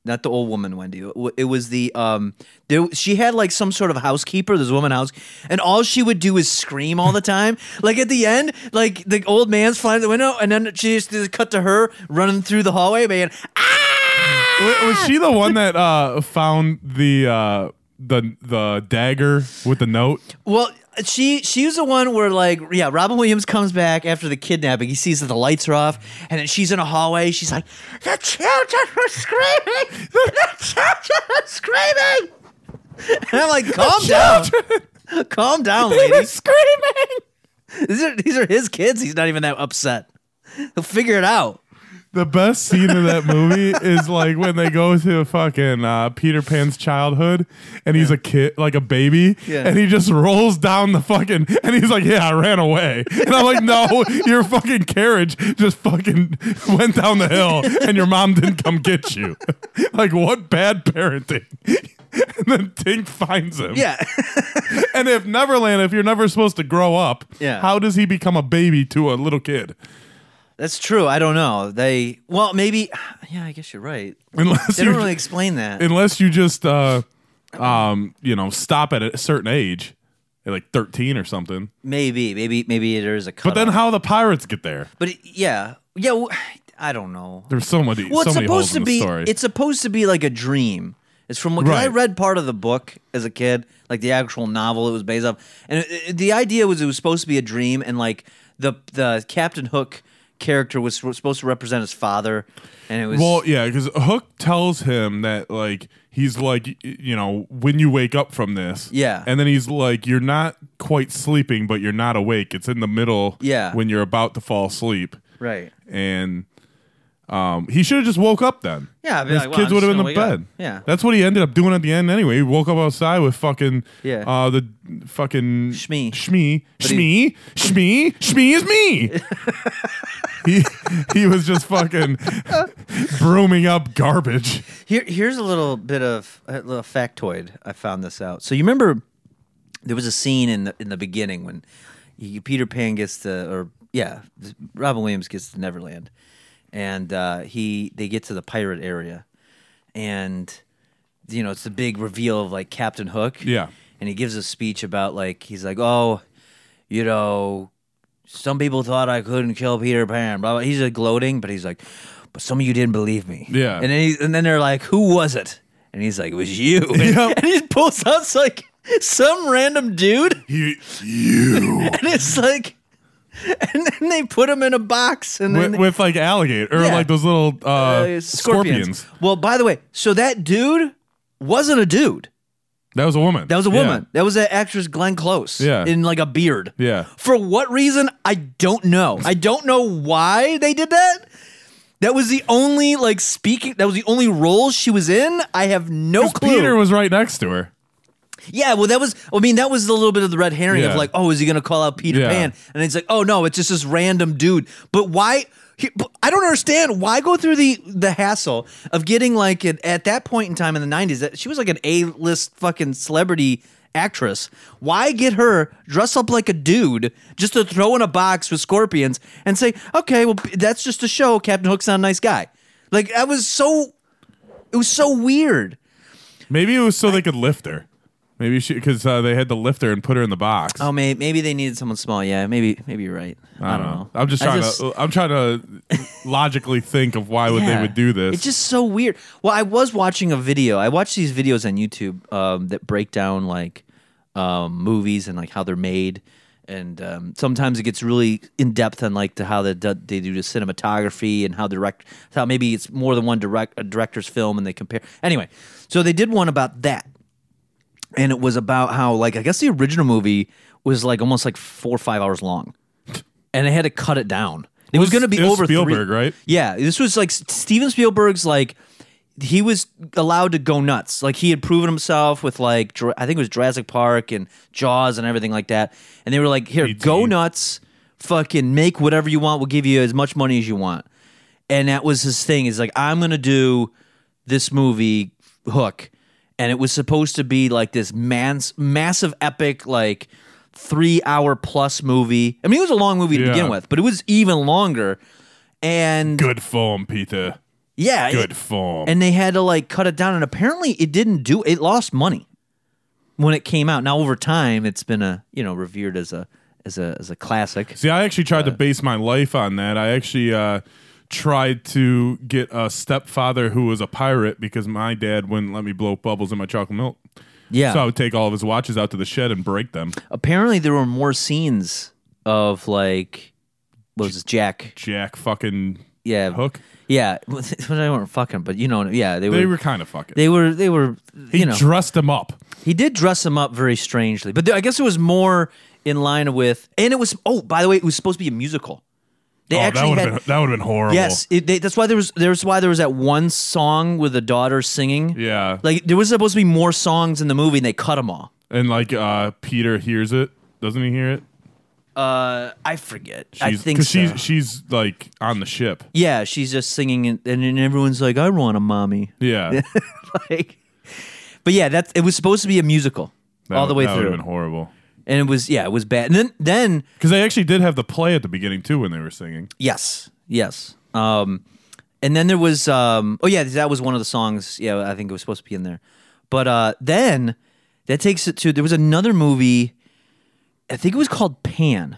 S4: not the old woman Wendy. It wa- It was the um. There, she had like some sort of housekeeper. This woman house, and all she would do is scream all the time. like at the end, like the old man's flying out the window, and then she just, just cut to her running through the hallway, man. Ah!
S3: Wa- Was she the one that uh, found the uh, the the dagger with the note?
S4: Well, she she was the one where like yeah, Robin Williams comes back after the kidnapping. He sees that the lights are off, and then she's in a hallway. She's like, "The children were screaming! The children were screaming!" And I'm like, "Calm down, calm down, lady."
S3: screaming.
S4: These are these are his kids. He's not even that upset. He'll figure it out.
S3: The best scene of that movie is like when they go to fucking uh, Peter Pan's childhood, and he's a kid, like a baby,
S4: Yeah.
S3: and he just rolls down the fucking, and he's like, "Yeah, I ran away," and I'm like, "No, your fucking carriage just fucking went down the hill, and your mom didn't come get you." like, what bad parenting? and then Tink finds him.
S4: Yeah,
S3: And if Neverland, if you're never supposed to grow up,
S4: Yeah.
S3: how does he become a baby to a little kid?
S4: that's true. I don't know. They well, maybe. Yeah, I guess you're right.
S3: Unless
S4: They
S3: you
S4: don't really explain that.
S3: unless you just uh um you know stop at a certain age at like 13 or something
S4: Maybe, maybe, maybe there is a.
S3: but then how the pirates get there
S4: But it, yeah, yeah, w- I don't know.
S3: there's so many
S4: Well,
S3: so
S4: it's
S3: many holes
S4: supposed to
S3: in the
S4: be.
S3: story
S4: It's supposed to be like a dream. It's from what 'cause I
S3: Right.
S4: read part of the book as a kid, like the actual novel it was based off, and it, it- the idea was it was supposed to be a dream, and like the the Captain Hook character was supposed to represent his father, and it was
S3: well yeah because hook tells him that like he's like y- you know when you wake up from this
S4: Yeah.
S3: and then he's like you're not quite sleeping but you're not awake it's in the middle
S4: Yeah.
S3: when you're about to fall asleep
S4: right.
S3: and um, he should have just woke up then.
S4: Yeah, I'd be
S3: his
S4: like, well,
S3: kids
S4: I'm
S3: would have
S4: just
S3: been
S4: gonna
S3: in
S4: wake
S3: bed.
S4: up. Yeah.
S3: that's what he ended up doing at the end anyway. He woke up outside with fucking
S4: Yeah.
S3: uh, the fucking
S4: Shmee.
S3: shmee,
S4: he-
S3: shmee, shmee, shmee is me. he he was just fucking brooming up garbage.
S4: Here, here's a little bit of a little factoid. I found this out. So you remember there was a scene in the in the beginning when you, Peter Pan gets to, or yeah, Robin Williams gets to Neverland, and uh, he they get to the pirate area, and you know it's the big reveal of like Captain Hook.
S3: Yeah.
S4: and he gives a speech about like he's like, oh, you know, some people thought I couldn't kill Peter Pan. Blah blah. He's like gloating, but he's like, but some of you didn't believe me.
S3: Yeah.
S4: And then he, and then they're like, who was it? And he's like, it was you. And,
S3: Yep.
S4: and he pulls out it's like some random dude, and
S3: He, you
S4: it's like, and then they put him in a box, and then
S3: with, with like alligator or
S4: Yeah.
S3: like those little uh,
S4: uh,
S3: scorpions.
S4: Well, by the way, so that dude wasn't a dude.
S3: That was a woman.
S4: That was a
S3: Yeah.
S4: woman. That was an actress, Glenn Close.
S3: Yeah.
S4: In like a beard.
S3: Yeah.
S4: For what reason? I don't know. I don't know why they did that. That was the only like speaking. That was the only role she was in. I have no
S3: 'Cause
S4: clue.
S3: Peter was right next to her.
S4: Yeah, well, that was. I mean, that was a little bit of the red herring
S3: Yeah.
S4: of like, oh, is he going to call out Peter
S3: Yeah.
S4: Pan? And it's like, oh no, it's just this random dude. But why? he- but I don't understand why go through the the hassle of getting like an, at that point in time in the '90s that she was like an A list fucking celebrity actress. Why get her dress up like a dude just to throw in a box with scorpions and say, okay, well, that's just a show. Captain Hook's not a nice guy. Like I was so, it was so weird.
S3: Maybe it was so they could lift her. Maybe she because uh, they had to lift her and put her in the box.
S4: Oh, maybe, maybe they needed someone small. Yeah, maybe maybe you're right. I, don't know.
S3: I'm just
S4: I
S3: trying
S4: just-
S3: to. I'm trying to logically think of why would they
S4: yeah.
S3: would do this.
S4: It's just so weird. Well, I was watching a video. I watch these videos on YouTube um, that break down like um, movies and like how they're made, and um, sometimes it gets really in depth on like the, how they do, they do the cinematography and how direct how maybe it's more than one direct a director's film and they compare. Anyway, so they did one about that. and it was about how like I guess the original movie was like almost like four or five hours long, and they had to cut it down. It was,
S3: was-
S4: going to be
S3: it was
S4: over three-
S3: Spielberg, right?
S4: Yeah, this was like S- Steven Spielberg's like he was allowed to go nuts. Like he had proven himself with like Jur- I think it was Jurassic Park and Jaws and everything like that. And they were like, here, go
S3: 18.
S4: nuts, fucking make whatever you want. We'll give you as much money as you want. And that was his thing. Is like I'm gonna do this movie Hook, and it was supposed to be like this man's massive epic like three hour plus movie. I mean, it was a long movie to
S3: Yeah.
S4: begin with, but it was even longer. And
S3: good form, Peter.
S4: yeah, it-
S3: Good form.
S4: and they had to like cut it down and apparently it didn't do it lost money when it came out now over time it's been a you know revered as a as a as a classic
S3: See, I actually tried to base my life on that. I actually uh, tried to get a stepfather who was a pirate because my dad wouldn't let me blow bubbles in my chocolate milk.
S4: yeah
S3: So I would take all of his watches out to the shed and break them.
S4: apparently there were more scenes of like what was this jack
S3: Jack fucking
S4: yeah
S3: Hook.
S4: yeah well, they weren't fucking but you know yeah they were
S3: They were kind of fucking.
S4: they were, they were
S3: he
S4: you know
S3: dressed him up.
S4: He did dress him up very strangely, but th- I guess it was more in line with. And it was oh, by the way, it was supposed to be a musical. They
S3: Oh, that
S4: actually
S3: would
S4: had
S3: have been that would have been horrible.
S4: yes. It, they, that's why there was there was why there was that one song with the daughter singing.
S3: Yeah.
S4: like there was supposed to be more songs in the movie, and they cut them all.
S3: and like uh, Peter hears it. Doesn't he hear it?
S4: Uh, I forget. I
S3: She's-
S4: think
S3: 'cause
S4: so.
S3: she's she's like on the ship.
S4: yeah, she's just singing, and, and, then everyone's like, "I want a mommy."
S3: Yeah.
S4: like, but yeah, that's it was supposed to be a musical
S3: That
S4: all the
S3: would-
S4: way
S3: that would
S4: through,
S3: have been horrible.
S4: and it was yeah, it was bad. And then then
S3: Because they actually did have the play at the beginning too when they were singing.
S4: Yes, yes. Um, and then there was um, oh yeah, that was one of the songs. Yeah, I think it was supposed to be in there. But uh, then that takes it to there was another movie. I think it was called Pan.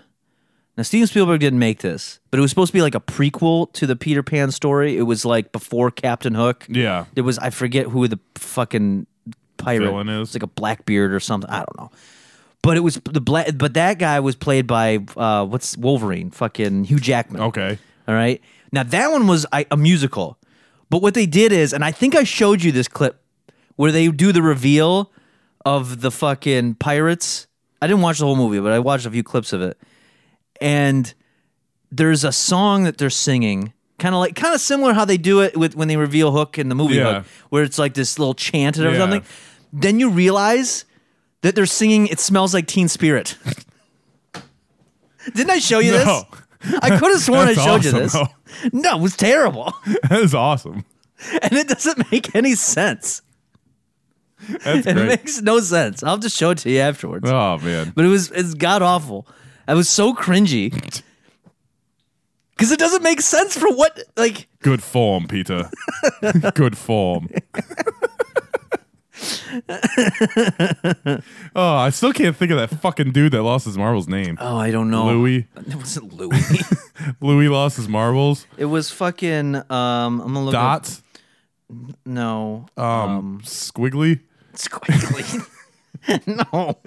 S4: Now Steven Spielberg didn't make this, but it was supposed to be like a prequel to the Peter Pan story. It was like before Captain Hook.
S3: Yeah.
S4: There was I forget who the fucking pirate
S3: Villain is.
S4: It's like a Blackbeard or something. I don't know. But it was the black. But that guy was played by uh, what's Wolverine? Fucking Hugh Jackman.
S3: Okay.
S4: All right. Now that one was I, a musical, but what they did is, and I think I showed you this clip where they do the reveal of the fucking pirates. I didn't watch the whole movie, but I watched a few clips of it, and there's a song that they're singing, kind of like kind of similar how they do it with when they reveal Hook in the movie,
S3: Yeah.
S4: Hook, where it's like this little chant or
S3: Yeah.
S4: something. Then you realize that they're singing "It Smells Like Teen Spirit." Didn't I show you
S3: No.
S4: this? I could have sworn I
S3: That's
S4: showed you this.
S3: awesome,
S4: No, it was terrible,
S3: That is awesome.
S4: and it doesn't make any sense.
S3: That's
S4: It
S3: great.
S4: makes no sense. I'll just show it to you afterwards.
S3: Oh man.
S4: But it was it's god awful. I was so cringy because it doesn't make sense for what like.
S3: Good form, Peter. Good form. oh, I still can't think of that fucking dude that lost his marbles name.
S4: Oh, I don't know.
S3: Louis.
S4: It wasn't Louis.
S3: Louis lost his marbles.
S4: it was fucking. Um, I'm gonna look. up-
S3: Dots.
S4: No.
S3: Um, Squiggly.
S4: Squiggly. no.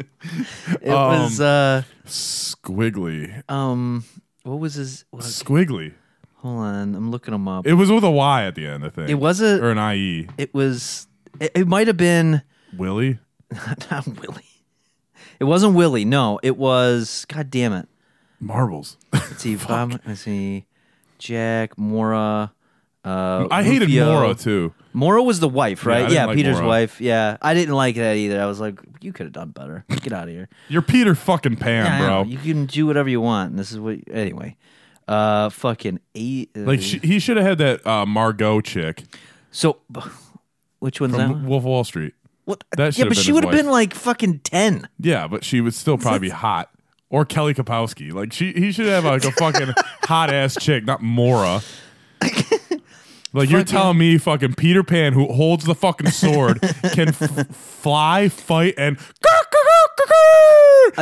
S4: It
S3: Um,
S4: was uh
S3: Squiggly.
S4: um what was his what-
S3: Squiggly.
S4: hold on, I'm looking him up. It,
S3: It was with a Y at the end, I think.
S4: was a
S3: or an IE.
S4: it was it, it might have been
S3: Willie.
S4: not Willie. It wasn't Willie, no, it was god damn it.
S3: Marbles.
S4: Let's see Bob let's see Jack Mora Uh,
S3: I hated
S4: Rufio.
S3: Mora too.
S4: Mora was the wife,
S3: I
S4: right?
S3: didn't
S4: Yeah,
S3: like
S4: Peter's
S3: Mora.
S4: wife. Yeah, I didn't like that either. I was like, you could have done better. Get out of here,
S3: You're Peter fucking Pan,
S4: Yeah, I
S3: bro.
S4: know. You can do whatever you want. And this is what anyway. Uh, fucking eight. uh,
S3: Like she, he should have had that uh, Margot chick
S4: so, which one's that?
S3: from
S4: one?
S3: Wolf of Wall Street.
S4: What?
S3: that
S4: yeah,
S3: should've
S4: but
S3: been
S4: she
S3: his
S4: would have
S3: wife.
S4: been like fucking ten.
S3: Yeah, but she would still probably be hot. Or Kelly Kapowski. Like she, he should have like a fucking hot ass chick, not Mora. Like you're telling me, fucking Peter Pan, who holds the fucking sword, can f- fly, fight, and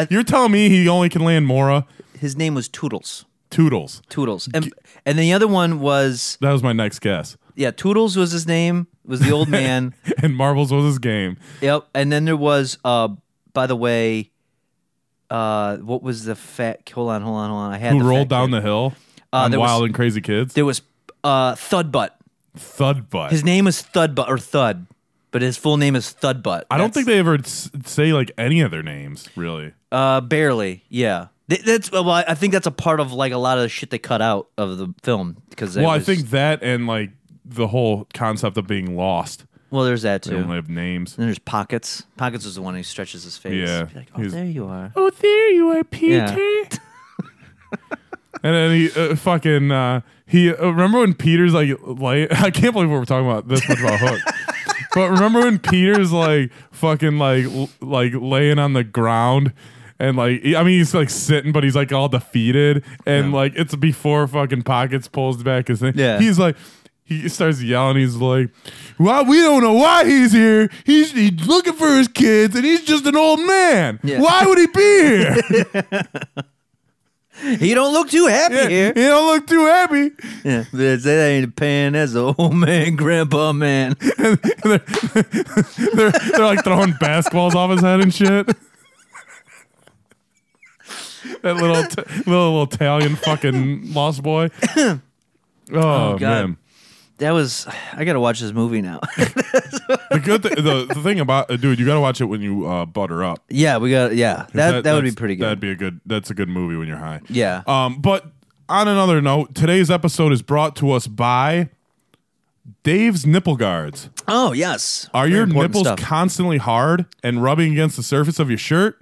S3: you're telling me he only can land Mora
S4: His name was Toodles.
S3: Toodles.
S4: Toodles, and and the other one was
S3: That was my next guess.
S4: yeah, Toodles was his name. Was the old man.
S3: And Marvels was his game.
S4: Yep. And then there was, uh, by the way, uh, what was the fat? Hold on, hold on, hold on. I had
S3: Who
S4: the
S3: rolled
S4: fat
S3: down
S4: kid.
S3: the hill
S4: Uh,
S3: on
S4: there was-
S3: Wild and Crazy Kids.
S4: There was uh, Thud Butt.
S3: Thud butt.
S4: His name is Thud Butt or Thud, but his full name is Thud Butt.
S3: I don't
S4: That's-
S3: think they ever s- say like any of their names really.
S4: Uh, barely. Yeah. Th- That's well. I I think that's a part of like a lot of the shit they cut out of the film because.
S3: Well, I think that and like the whole concept of being lost.
S4: Well, there's that
S3: They
S4: too.
S3: only
S4: And
S3: have names.
S4: there's pockets. Pockets is the one who stretches his face.
S3: Yeah.
S4: Be like, oh,
S3: He's-
S4: there you are.
S3: Oh, there you are, Peter.
S4: Yeah.
S3: and then he uh, fucking uh, he. Uh, remember when Peter's like, like I can't believe we're talking about this much about Hook. But remember when Peter's like fucking like l- like laying on the ground and like he- I mean he's like sitting but he's like all defeated and like it's before fucking pockets pulls back his thing.
S4: Yeah.
S3: He's like he starts yelling. He's like, "Why we don't know why he's here. He's, he's looking for his kids, and he's just an old man.
S4: Yeah.
S3: Why would he be here?
S4: You don't look too happy
S3: he
S4: here.
S3: don't look too happy."
S4: Yeah, that that ain't pan. That's an old man, grandpa man.
S3: They're, they're like throwing basketballs off his head and shit. that little t- little little Italian fucking lost boy. Oh,
S4: Oh, God.
S3: man.
S4: That was. I gotta watch this movie now.
S3: The good th- the, the thing about uh, dude, you got to watch it when you uh, butter up.
S4: yeah, we got. Yeah, that that, would be
S3: that's-
S4: pretty good.
S3: That'd be a good. That's a good movie when you're high.
S4: Yeah.
S3: Um, but on another note, today's episode is brought to us by Dave's nipple guards.
S4: oh yes.
S3: Are
S4: Very
S3: your
S4: important
S3: nipples
S4: stuff.
S3: constantly hard and rubbing against the surface of your shirt?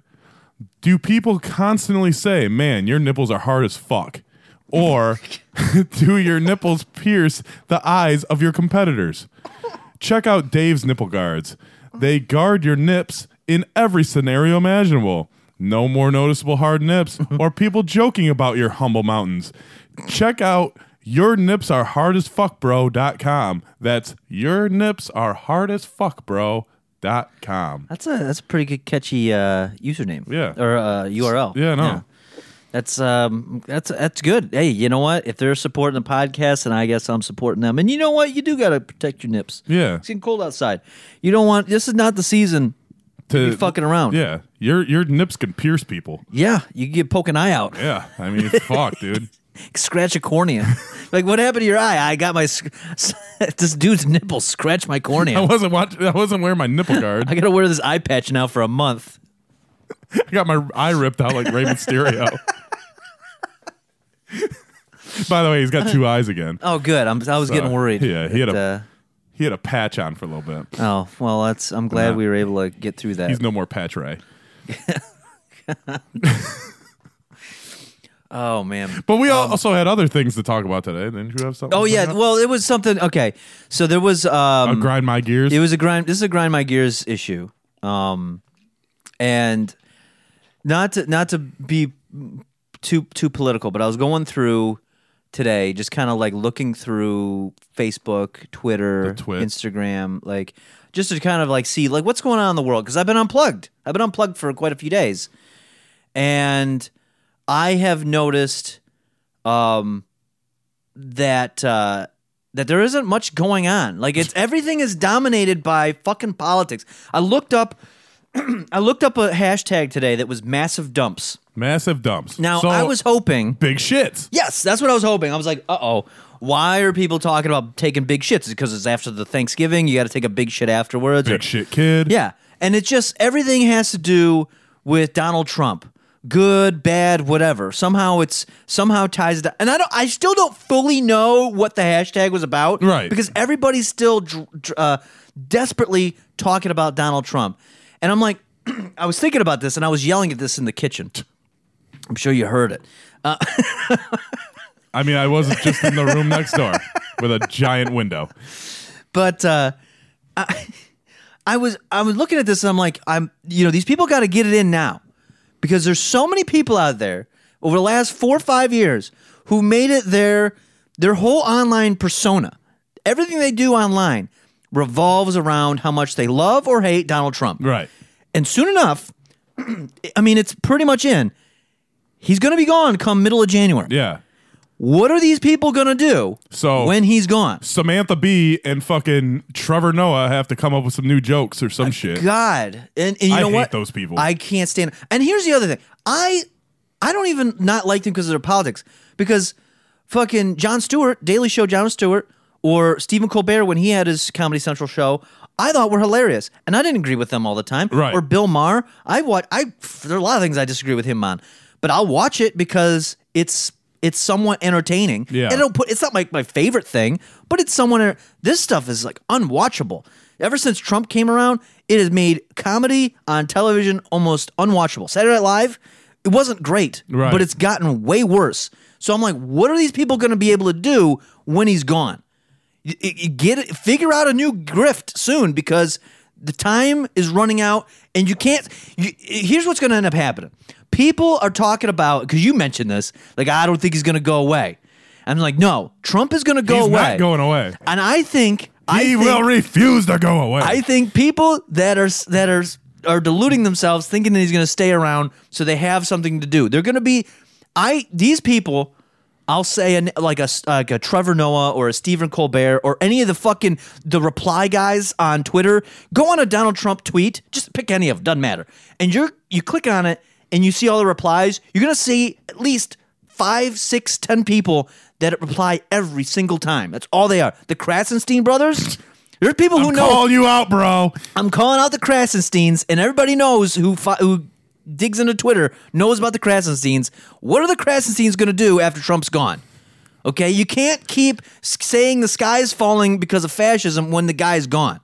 S3: Do people constantly say, "Man, your nipples are hard as fuck," or
S4: Oh
S3: do your nipples pierce the eyes of your competitors? Check out Dave's nipple guards. They guard your nips in every scenario imaginable. No more noticeable hard nips or people joking about your humble mountains. Check out your nips are hard as fuck bro.com. That's your nips are hard as fuck bro.com.
S4: that's a that's a pretty good catchy uh, username.
S3: Yeah.
S4: Or uh, URL.
S3: Yeah, no.
S4: That's um that's that's good. Hey, you know what? If they're supporting the podcast, and I guess I'm supporting them. And you know what? You do gotta protect your nips.
S3: Yeah.
S4: It's getting cold outside. You don't want. This is not the season.
S3: To
S4: be fucking around.
S3: Yeah. Your your nips can pierce people.
S4: Yeah, you can get poking eye out.
S3: Yeah. I mean, fuck, dude.
S4: scratch a cornea. like, what happened to your eye? I got my sc- this dude's nipple scratched my
S3: I
S4: cornea.
S3: wasn't watching I wasn't wearing my nipple guard.
S4: I gotta wear this eye patch now for a month.
S3: I got my eye ripped out like Rey Mysterio. By the way, he's got two eyes again.
S4: Oh, good. I'm, I was getting worried.
S3: yeah, he had
S4: that,
S3: a- He had a patch on for a little bit.
S4: uh, oh well, that's. I'm glad
S3: Yeah.
S4: we were able to get through that.
S3: He's no more patch Ray.
S4: oh man.
S3: But we al- also had other things to talk about today. Didn't you have something?
S4: Oh
S3: to
S4: yeah.
S3: bring up?
S4: Well, it was something. Okay, so there was.
S3: I'll
S4: Um,
S3: grind my gears.
S4: it was a grind. This is a grind my gears issue. Um, and not to not to be too too political, but I was going through today, just kind of like looking through Facebook, Twitter,
S3: The twit.
S4: Instagram, like just to kind of like see like what's going on in the world because I've been unplugged. I've been unplugged for quite a few days, and I have noticed um, that uh, that there isn't much going on. Like it's everything is dominated by fucking politics. I looked up. I looked up a hashtag today that was massive dumps.
S3: Massive dumps.
S4: Now
S3: So,
S4: I was hoping.
S3: big shits.
S4: Yes, that's what I was hoping. I was like, uh oh, why are people talking about taking big shits? Because it's after the Thanksgiving. You got to take a big shit afterwards. or-
S3: Big shit kid.
S4: yeah. And it just everything has to do with Donald Trump. good, bad, whatever. Somehow it's somehow ties it, to- and I don't. I still don't fully know what the hashtag was about,
S3: Right.
S4: Because everybody's still dr- dr- uh, desperately talking about Donald Trump, and I'm like, I was thinking about this, and I was yelling at this in the kitchen. I'm sure you heard it.
S3: I mean, I was just in the room next door with a giant window.
S4: but uh, I, I was I was looking at this and I'm like I'm you know these people got to get it in now because there's so many people out there over the last four or five years who made it their their whole online persona. Everything they do online revolves around how much they love or hate Donald Trump.
S3: Right.
S4: And soon enough, I mean it's pretty much in. He's going to be gone come middle of January.
S3: Yeah.
S4: What are these people going to do
S3: So-
S4: when he's gone?
S3: Samantha B and fucking Trevor Noah have to come up with some new jokes or some
S4: Uh,
S3: shit.
S4: God, and, and you
S3: I
S4: know
S3: hate
S4: what?
S3: those people.
S4: I can't stand. And here's the other thing. I I don't even not like them because of their politics. Because fucking John Stewart, Daily Show, John Stewart, or Stephen Colbert when he had his Comedy Central show, I thought were hilarious, and I didn't agree with them all the time.
S3: Right.
S4: Or Bill Maher, I watch. I there are a lot of things I disagree with him on, but I'll watch it because it's. It's somewhat entertaining.
S3: Yeah.
S4: And it'll put it's not like my favorite thing, but it's someone this stuff is like unwatchable. Ever since Trump came around, it has made comedy on television almost unwatchable. Saturday Night Live, it wasn't great,
S3: Right.
S4: but it's gotten way worse. So I'm like, what are these people going to be able to do when he's gone? Y- y- y- Get it, figure out a new grift soon because the time is running out, and you can't. You, here's what's going to end up happening: people are talking about because you mentioned this. Like, I don't think he's going to go away. I'm like, no, Trump is going to go
S3: He's
S4: away.
S3: not going away.
S4: And I think I
S3: he
S4: think,
S3: will refuse to go away.
S4: I think people that are that are are deluding themselves, thinking that he's going to stay around, so they have something to do. They're going to be, I these people. I'll say an, like a like a Trevor Noah or a Stephen Colbert or any of the fucking the reply guys on Twitter. Go on a Donald Trump tweet, just pick any of them, doesn't matter. And you're you click on it and you see all the replies. You're gonna see at least five, six, ten people that reply every single time. That's all they are. The Krasenstein brothers. There's people who know
S3: Call you out, bro.
S4: I'm calling out the Krasensteins, and everybody knows who fi- who digs into Twitter knows about the Krasensteins. What are the Krasensteins going to do after Trump's gone? Okay, you can't keep s- saying the sky is falling because of fascism when the guy's gone.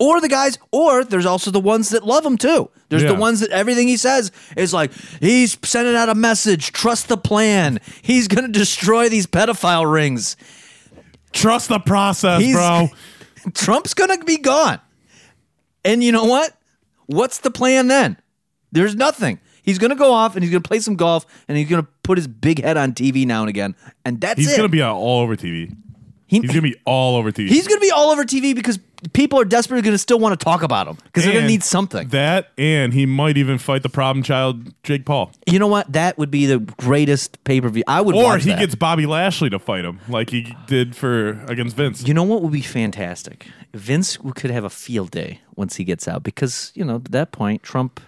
S4: Or the guys, or there's also the ones that love him too. There's the
S3: Yeah.
S4: ones that everything he says is like, he's sending out a message, trust the plan. He's going to destroy these pedophile rings.
S3: Trust the process,
S4: He's-
S3: bro.
S4: Trump's going to be gone. And you know what? What's the plan then? There's nothing. He's going to go off and he's going to play some golf and he's going to put his big head on TV now and again. And that's
S3: He's
S4: it.
S3: gonna be on all over TV.
S4: He-
S3: He's gonna be all over TV.
S4: he's going to be all over TV because people are desperately going to still want to talk about him because they're going to
S3: And
S4: need something.
S3: That and he might even fight the problem child, Jake Paul,
S4: you know what? That would be the greatest pay per view. I would
S3: or
S4: watch
S3: he
S4: that.
S3: gets Bobby Lashley to fight him, like he did for against Vince.
S4: You know what would be fantastic? Vince could have a field day once he gets out because, you know, at that point, Trump,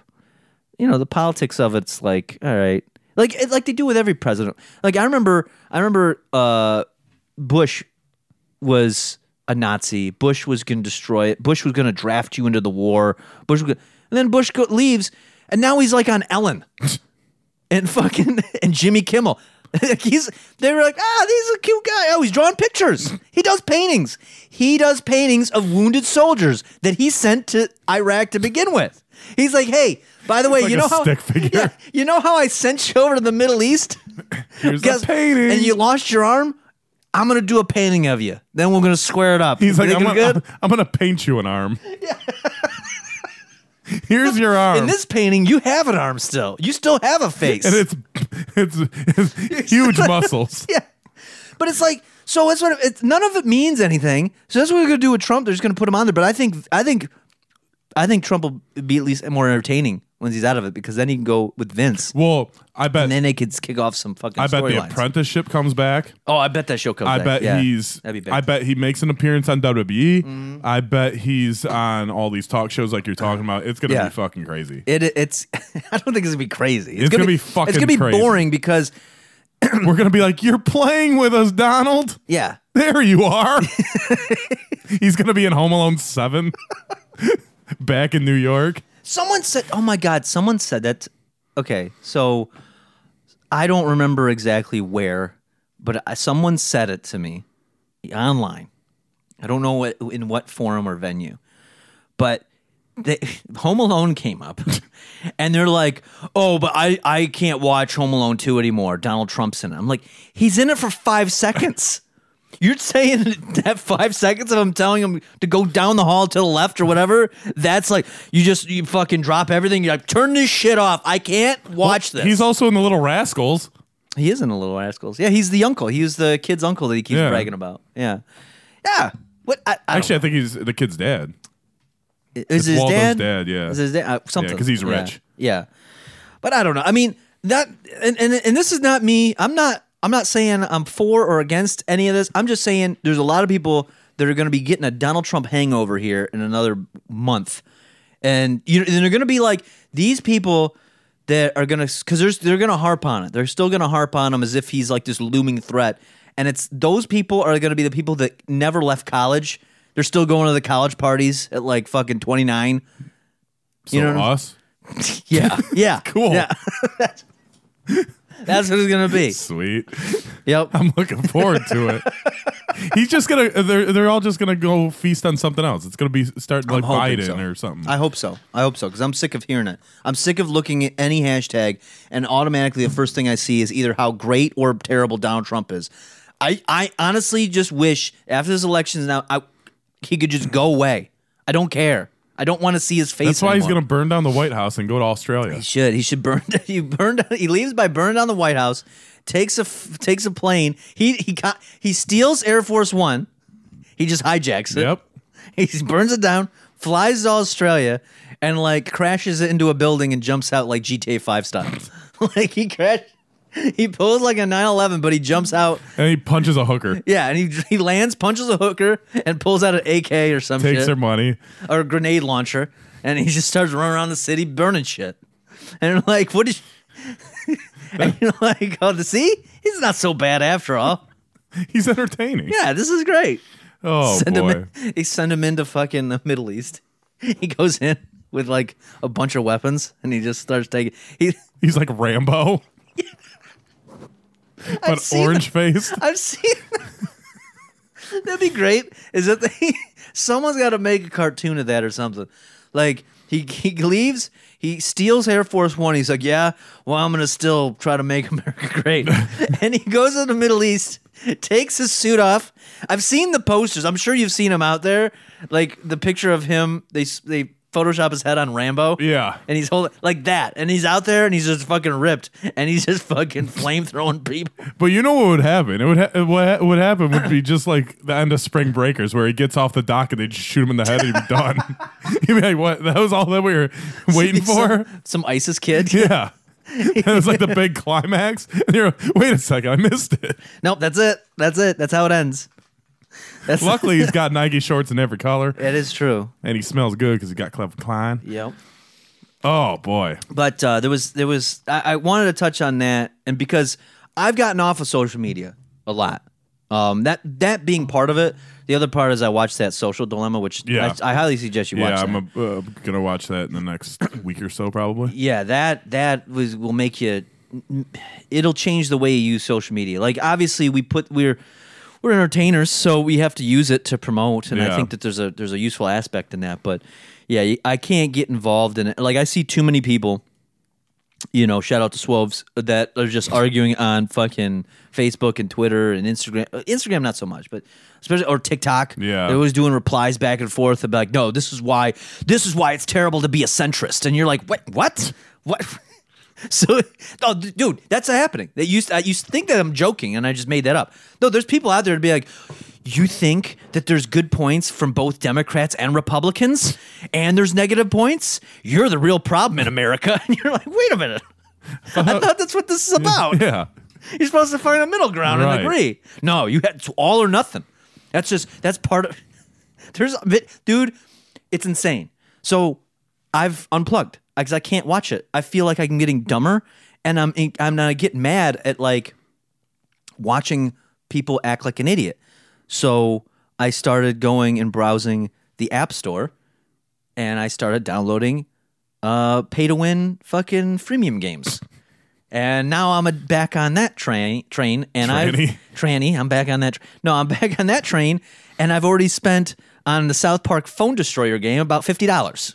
S4: you know, the politics of it's like, all right. Like it- like they do with every president. Like I remember I remember uh Bush was a Nazi. Bush was going to destroy it. Bush was going to draft you into the war. Bush was gonna, and then Bush go, leaves and now he's like on Ellen and fucking and Jimmy Kimmel. Like, he's they were like, ah, he's a cute guy. Oh, he's drawing pictures. He does paintings. He does paintings of wounded soldiers that he sent to Iraq to begin with. He's like, hey, by the way,
S3: like
S4: you
S3: a
S4: know how
S3: stick figure.
S4: Yeah, you know how I sent you over to the Middle East?
S3: Here's
S4: Guess-
S3: the painting.
S4: And you lost your arm? I'm gonna do a painting of you. Then we're gonna square it up.
S3: He's
S4: You
S3: like, I'm
S4: think it's
S3: gonna, I'm, I'm gonna paint you an arm. Here's your arm.
S4: In this painting, you have an arm still. You still have a face.
S3: and it's, it's it's huge muscles.
S4: yeah. But it's like so that's what it's none of it means anything. So that's what we're gonna do with Trump. They're just gonna put him on there. But I think I think I think Trump will be at least more entertaining once he's out of it because then he can go with Vince.
S3: Well, I bet
S4: And then they could kick off some fucking
S3: I bet the
S4: storylines.
S3: apprenticeship comes back.
S4: oh, I bet that show comes
S3: I
S4: back.
S3: bet
S4: Yeah.
S3: he's.
S4: That'd be big. Mm-hmm.
S3: I bet he makes an appearance on WWE. I bet he's on all these talk shows like you're talking about. It's gonna
S4: Uh-huh. Yeah.
S3: be fucking crazy.
S4: It, it's. I don't think it's gonna be crazy.
S3: It's gonna be fucking
S4: It's gonna be
S3: crazy.
S4: boring because
S3: We're gonna be like, you're playing with us, Donald.
S4: yeah,
S3: There you are. he's gonna be in Home Alone Seven, back in New York.
S4: someone said. Oh my god, someone said that. okay, so I don't remember exactly where, but I, someone said it to me online. I don't know what, in what forum or venue, but they, Home Alone came up, and they're like, "Oh, but I I can't watch Home Alone two anymore. Donald Trump's in it." I'm like, "He's in it for five seconds." You're saying that five seconds of him telling him to go down the hall to the left or whatever, that's like you just you fucking drop everything. You're like, turn this shit off. I can't watch this.
S3: He's also in the Little Rascals.
S4: He is in the Little Rascals. Yeah, he's the uncle. He was the kid's uncle that he keeps
S3: Yeah.
S4: bragging about. Yeah, yeah. What? I, I
S3: Actually, I think he's the kid's dad.
S4: don't, is his
S3: Waldo's
S4: dad?
S3: dad, yeah.
S4: Is his dad uh, something?
S3: 'cause he's rich.
S4: Yeah. but I don't know. I mean that, and, and and this is not me. I'm not. I'm not saying I'm for or against any of this. I'm just saying there's a lot of people that are going to be getting a Donald Trump hangover here in another month, and you and they're going to be like these people that are going to because there's they're going to harp on it. They're still going to harp on him as if he's like this looming threat, and it's those people are going to be the people that never left college. They're still going to the college parties at like fucking 29.
S3: So
S4: know what I'm-
S3: us.
S4: Yeah. Yeah.
S3: Cool.
S4: Yeah. That's what it's gonna be.
S3: Sweet.
S4: Yep.
S3: I'm looking forward to it. He's just gonna. They're they're all just gonna go feast on something else. It's gonna be starting like
S4: hoping
S3: Biden
S4: so.
S3: or something.
S4: I hope so. I hope so because I'm sick of hearing it. I'm sick of looking at any hashtag and automatically the first thing I see is either how great or terrible Donald Trump is. I, I honestly just wish after this election now I, he could just go away. I don't care. I don't want to see his face.
S3: That's why he's
S4: anymore.
S3: gonna burn down the White House and go to Australia.
S4: He should. He should burn. He burned. He leaves by burning down the White House. Takes a f- takes a plane. He he co- he steals Air Force One. He just hijacks it.
S3: Yep.
S4: He burns it down. Flies to Australia and like crashes it into a building and jumps out like GTA Five style. like he crashed. He pulls like a 911, but he jumps out.
S3: And he punches a hooker,
S4: Yeah, and he he lands, punches a hooker, and pulls out an AK or some
S3: takes
S4: shit
S3: their money.
S4: or a grenade launcher, and he just starts running around the city burning shit. And you're like, what is? and you're like, oh, to see, he's not so bad after all.
S3: He's entertaining.
S4: Yeah, this is great.
S3: Oh
S4: send
S3: boy.
S4: him. In, they send him into fucking the Middle East. He goes in with like a bunch of weapons, and he just starts taking. He,
S3: He's like Rambo, but
S4: seen
S3: orange faced.
S4: I've seen. That'd be great. Is that they, someone's got to make a cartoon of that or something? Like he he leaves, he steals Air Force One. He's like, yeah, well, I'm gonna still try to make America great. and he goes to the Middle East, takes his suit off. I've seen the posters. I'm sure you've seen them out there. Like the picture of him. They s- they Photoshop his head on Rambo.
S3: Yeah.
S4: And he's holding like that, and he's out there, and he's just fucking ripped, and he's just fucking flame throwing people.
S3: But you know what would happen? It would ha- what ha- would happen would be just like the end of Spring Breakers, where he gets off the dock and they just shoot him in the head and he'd be done. he'd be like, "What? That was all that we were waiting for."
S4: Some, some ISIS kid.
S3: Yeah, it was like the big climax. And you're, wait a second, I missed it.
S4: Nope, that's it. That's it. That's how it ends. That's
S3: Luckily, he's got Nike shorts in every color,
S4: It is true.
S3: and he smells good because he got Clever Klein.
S4: Yep.
S3: Oh boy,
S4: But uh, there was there was I, I wanted to touch on that, and because I've gotten off of social media a lot. Um, that that being part of it. The other part is I watched that social dilemma, which
S3: Yeah.
S4: I, I highly suggest you watch.
S3: yeah,
S4: that.
S3: I'm a, uh, gonna watch that in the next week or so, probably.
S4: yeah that that was will make you it'll change the way you use social media like obviously we put we're we're entertainers so we have to use it to promote and i
S3: Yeah.
S4: think that there's a there's a useful aspect in that but yeah i can't get involved in it like i see too many people you know, shout out to Swoves that are just arguing on fucking Facebook and Twitter and Instagram. Uh, Instagram, not so much, but especially or TikTok.
S3: Yeah.
S4: they're always doing replies back and forth about like, no, this is why, this is why it's terrible to be a centrist, and you're like, what, what, what? so, oh, d- dude, that's happening. That you, I- you think that I'm joking, and I just made that up. No, there's people out there to be like. You think that there's good points from both Democrats and Republicans, and there's negative points? You're the real problem in America. And you're like, wait a minute. I thought that's what this is about.
S3: Yeah,
S4: You're supposed to find a middle ground
S3: Right.
S4: and agree. No, you had it's all or nothing. That's just that's part of. There's a bit, dude. It's insane. So I've unplugged because I can't watch it. I feel like I'm getting dumber, and I'm I'm not getting mad at like watching people act like an idiot. So I started going and browsing the App Store, and I started downloading uh, pay to win fucking freemium games. And now I'm a, back on that train. Train and
S3: Tranny.
S4: I tranny. I'm back on that. Tr- no, I'm back on that train, and I've already spent on the South Park Phone Destroyer game about fifty dollars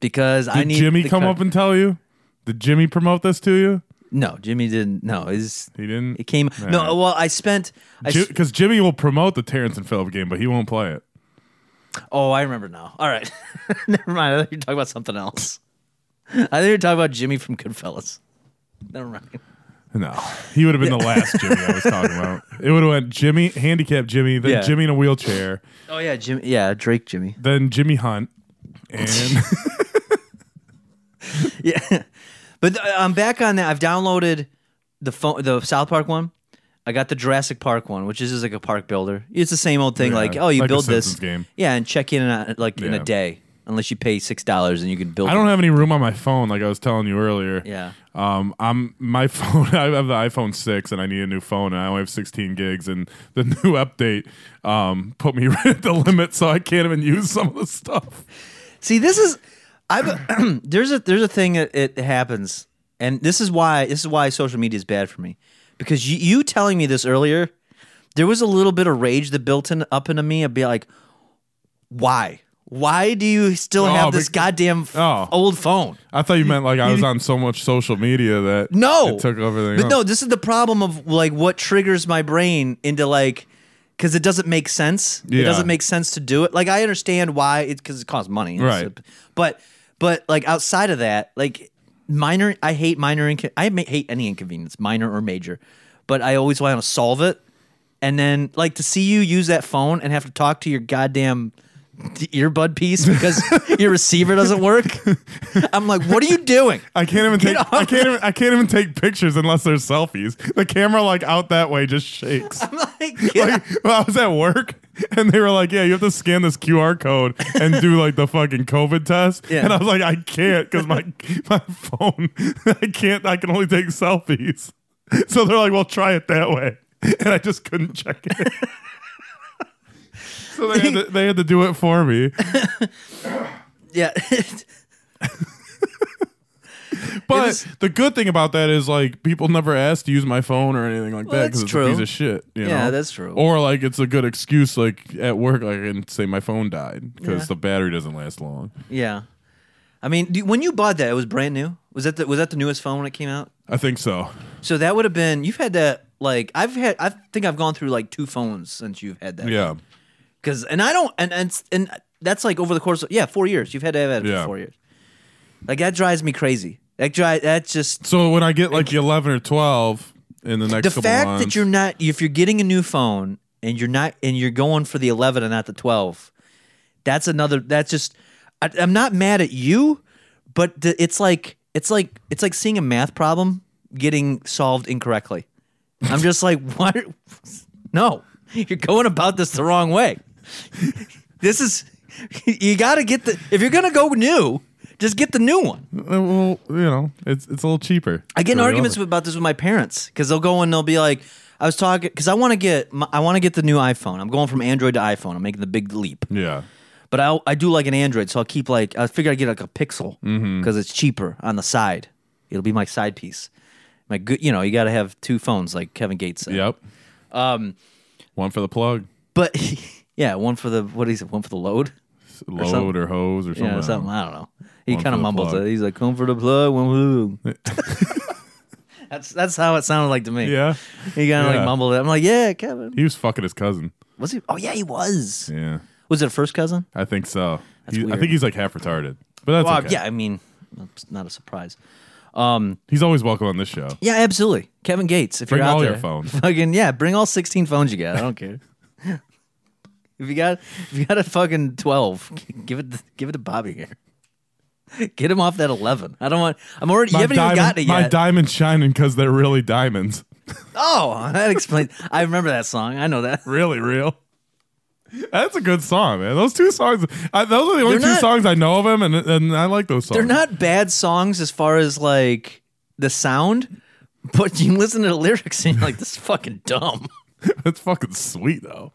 S4: because I
S3: Did
S4: need
S3: Jimmy
S4: the
S3: come
S4: co-
S3: up and tell you? Did Jimmy promote this to you?
S4: No, Jimmy didn't. No, is
S3: He didn't.
S4: it came? No, well, I spent. I, s-
S3: because Jimmy will promote the Terrence and Phillip game, but he won't play it.
S4: oh, I remember now. All right, never mind. I thought you were talking about something else. I thought you were talking about Jimmy from Goodfellas. Never mind.
S3: No, he would have been the last Jimmy I was talking about. It would have went Jimmy handicapped Jimmy, then
S4: Yeah.
S3: Jimmy in a wheelchair,
S4: Oh yeah, Jimmy. Yeah, Drake Jimmy.
S3: then Jimmy Hunt, and
S4: Yeah, but uh, I'm back on that. I've downloaded the phone, the South Park one. I got the Jurassic Park one, which is just like a park builder. It's the same old thing.
S3: Yeah,
S4: like, oh, you
S3: like a
S4: build this
S3: Simpsons game.
S4: yeah, and check in on, like in a
S3: Yeah.
S4: day, unless you pay six dollars and you can build.
S3: I don't have any room on my phone, like I was telling you earlier.
S4: Yeah.
S3: Um, I'm my phone. I have the iPhone six, and I need a new phone. And I only have 16 gigs, and the new update um put me right at the limit, so I can't even use some of the stuff.
S4: See, this is I've there's a there's a thing that it happens, and this is why this is why social media is bad for me, because you, you telling me this earlier, there was a little bit of rage that built in up into me. I'd be like, why? Why do you still
S3: Oh,
S4: have this
S3: bec-
S4: goddamn f-
S3: Oh.
S4: old phone?
S3: I thought you meant like I was on so much social media that
S4: No,
S3: it took everything.
S4: But
S3: up.
S4: no, this is the problem of like what triggers my brain into like because it doesn't make sense. It
S3: Yeah.
S4: doesn't make sense to do it. Like I understand why it's because it costs money, It's
S3: Right.
S4: a- But but like outside of that, like minor, I hate minor. Inco- I ma- hate any inconvenience, minor or major. But I always want to solve it, and then like to see you use that phone and have to talk to your goddamn earbud piece because your receiver doesn't work. I'm like, what are you doing?
S3: I can't even take.
S4: off
S3: I can't even. I can't even take pictures unless they're selfies. The camera like out that way just shakes.
S4: I'm like, yeah.
S3: Like, well, I was at work and they were like, "Yeah, you have to scan this QR code and do like the fucking COVID test."
S4: Yeah.
S3: And I was like, "I can't because my my phone. I can't. I can only take selfies." So they're like, "Well, try it that way," and I just couldn't check it. so they had, to, they had to do it for me.
S4: Yeah.
S3: But
S4: is-
S3: the good thing about that is like people never ask to use my phone or anything like that
S4: that's
S3: because it's
S4: true.
S3: a piece of shit. you
S4: Yeah,
S3: know?
S4: that's true.
S3: Or like it's a good excuse. Like at work, like, I can say my phone died because
S4: Yeah.
S3: the battery doesn't last long.
S4: yeah. I mean, do, when you bought that, it was brand new. Was that the was that the newest phone when it came out?
S3: I think so.
S4: So that would have been you've had that like I've had I think I've gone through like two phones since you've had that.
S3: Yeah,
S4: Cuz and I don't and and and that's like over the course of yeah, 4 years. You've had to have had it
S3: Yeah.
S4: for 4 years. Like that drives me crazy. That dri- that's just
S3: So when I get like eleven or twelve in the next
S4: the
S3: couple
S4: fact
S3: months,
S4: that you're not if you're getting a new phone and you're not and you're going for the 11 and not the 12 that's another that's just I, i'm not mad at you but the, it's like it's like it's like seeing a math problem getting solved incorrectly i'm just like what no you're going about this the wrong way this is you gotta get the if you're gonna go new just get the new one
S3: Uh, well, you know, it's it's a little cheaper.
S4: I get in
S3: Really
S4: arguments
S3: over.
S4: about this with my parents because they'll go and they'll be like, "I was talking because I want to get my, I want to get the new iPhone. I'm going from Android to iPhone. I'm making the big leap,
S3: Yeah,
S4: but I I do like an Android, so I'll keep like I figure I get like a Pixel because
S3: Mm-hmm.
S4: it's cheaper on the side. It'll be my side piece. My good, you know, you got to have two phones, like Kevin Gates said.
S3: yep.
S4: Um,
S3: one for the plug,
S4: But yeah, one for the what is it? One for the load.
S3: load or,
S4: something.
S3: hose or something.
S4: Yeah, something. I don't know. He
S3: One
S4: kind
S3: for
S4: of
S3: the
S4: mumbles
S3: plug.
S4: it. He's like, "Come for the plug, one for the plug." That's that's how it sounded like to me.
S3: Yeah,
S4: He kind of
S3: Yeah.
S4: like mumbled it. I'm like, yeah, Kevin.
S3: he was fucking his cousin.
S4: Was he? Oh yeah, he was.
S3: Yeah,
S4: Was it a first cousin?
S3: I think so. He- I
S4: weird.
S3: think he's like half retarded, but that's
S4: Well,
S3: okay.
S4: yeah. I mean, that's not a surprise.
S3: He's always welcome on this show.
S4: Yeah, absolutely. Kevin Gates, if
S3: Bring
S4: you're out
S3: all
S4: there,
S3: your phones.
S4: fucking yeah, bring all 16 phones you got. I don't care. if you got if you got a fucking 12, g- give it give it to Bobby here. Get him off that 11. I don't want. I'm already. you haven't
S3: diamond,
S4: even gotten it
S3: my
S4: yet.
S3: diamond's shining because they're really diamonds.
S4: oh, that explains. I remember that song. I know that.
S3: Really real. That's a good song, man. Those two songs, I, those are the only
S4: They're
S3: two
S4: not-
S3: songs I know of him, and, and I like those songs.
S4: They're not bad songs as far as like the sound, but you listen to the lyrics and you're like, this is fucking dumb.
S3: That's fucking sweet though.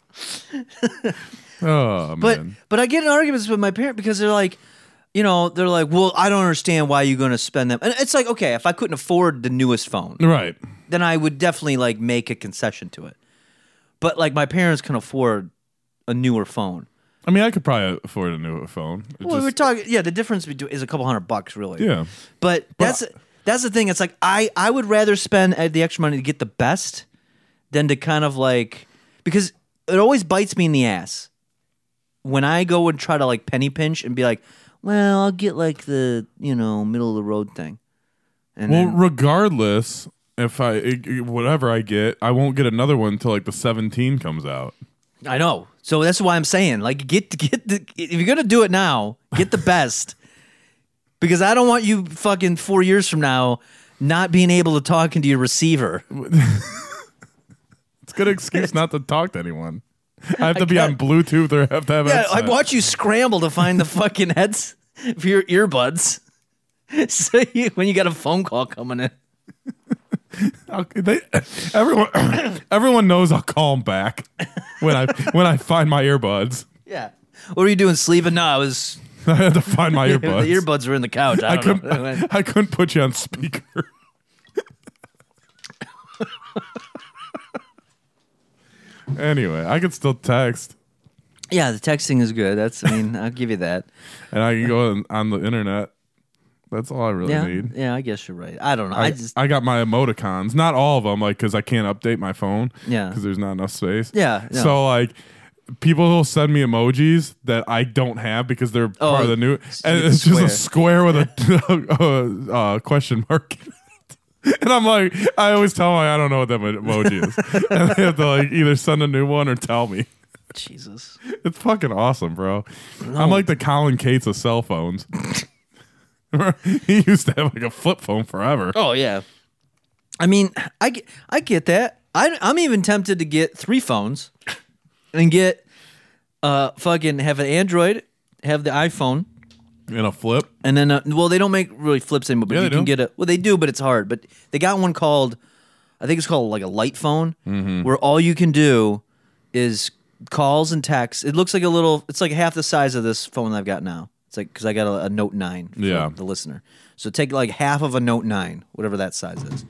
S3: oh
S4: But
S3: man,
S4: but I get in arguments with my parent because they're like, you know, they're like, well, I don't understand why you're going to spend them. And it's like, okay, if I couldn't afford the newest phone,
S3: Right.
S4: then I would definitely like make a concession to it. But like my parents can afford a newer phone.
S3: I mean, I could probably afford a new phone. It
S4: Well,
S3: just-
S4: we're talking, yeah, the difference between is a couple hundred bucks, really.
S3: Yeah.
S4: But that's that's the thing. It's like I I would rather spend uh, the extra money to get the best than to kind of like because it always bites me in the ass when I go and try to like penny pinch and be like, well, I'll get like the you know middle of the road thing. And
S3: Well,
S4: then-
S3: regardless, if I it- it- whatever I get, I won't get another one until like the 17 comes out.
S4: I know. So that's why I'm saying, like, get get the if you're gonna do it now, get the best, because I don't want you fucking four years from now not being able to talk into your receiver.
S3: It's a good excuse not to talk to anyone. I have to be on Bluetooth or have to have.
S4: Yeah, I
S3: headset.
S4: watch you scramble to find the fucking heads for your earbuds. So you, when you got a phone call coming in,
S3: I'll- they- everyone, everyone knows I'll call them back when I when I find my earbuds.
S4: yeah, what are you doing sleeping? No, I was.
S3: I had to find my earbuds.
S4: The earbuds were in the couch. I,
S3: I
S4: don't
S3: couldn't.
S4: know.
S3: I, couldn't put you on speaker. anyway, I can still text,
S4: yeah, the texting is good. That's. I mean, I'll give you that.
S3: and I can go on, on the internet. That's all I really
S4: Yeah,
S3: need.
S4: yeah. I guess you're right. I don't know. I,
S3: I,
S4: just.
S3: I got my emoticons, not all of them, like because I can't update my phone.
S4: Yeah.
S3: because there's not enough space.
S4: Yeah, no.
S3: So like. People will send me emojis that I don't have because they're part of the new,
S4: Oh, it's
S3: and
S4: like a
S3: it's just a square with a uh, question mark. And I'm like, I always tell them like, I don't know what that emoji is, and they have to like either send a new one or tell me.
S4: Jesus.
S3: It's fucking awesome, bro. I'm like the Colin Cates of cell phones. he used to have like a flip phone forever.
S4: Oh yeah. I mean, I get, I get that. I I'm even tempted to get three phones and get uh fucking have an Android, have the iPhone,
S3: And a flip.
S4: and then uh, well they don't make really flips anymore, but
S3: Yeah,
S4: you
S3: they
S4: can
S3: do.
S4: get a well they do, but it's hard. But they got one called I think it's called like a light phone
S3: Mm-hmm.
S4: where all you can do is calls and texts. It looks like a little it's like half the size of this phone I've got now. It's like cuz I got a, a Note 9 for
S3: Yeah.
S4: the listener. So take like half of a Note 9, whatever that size is.
S3: So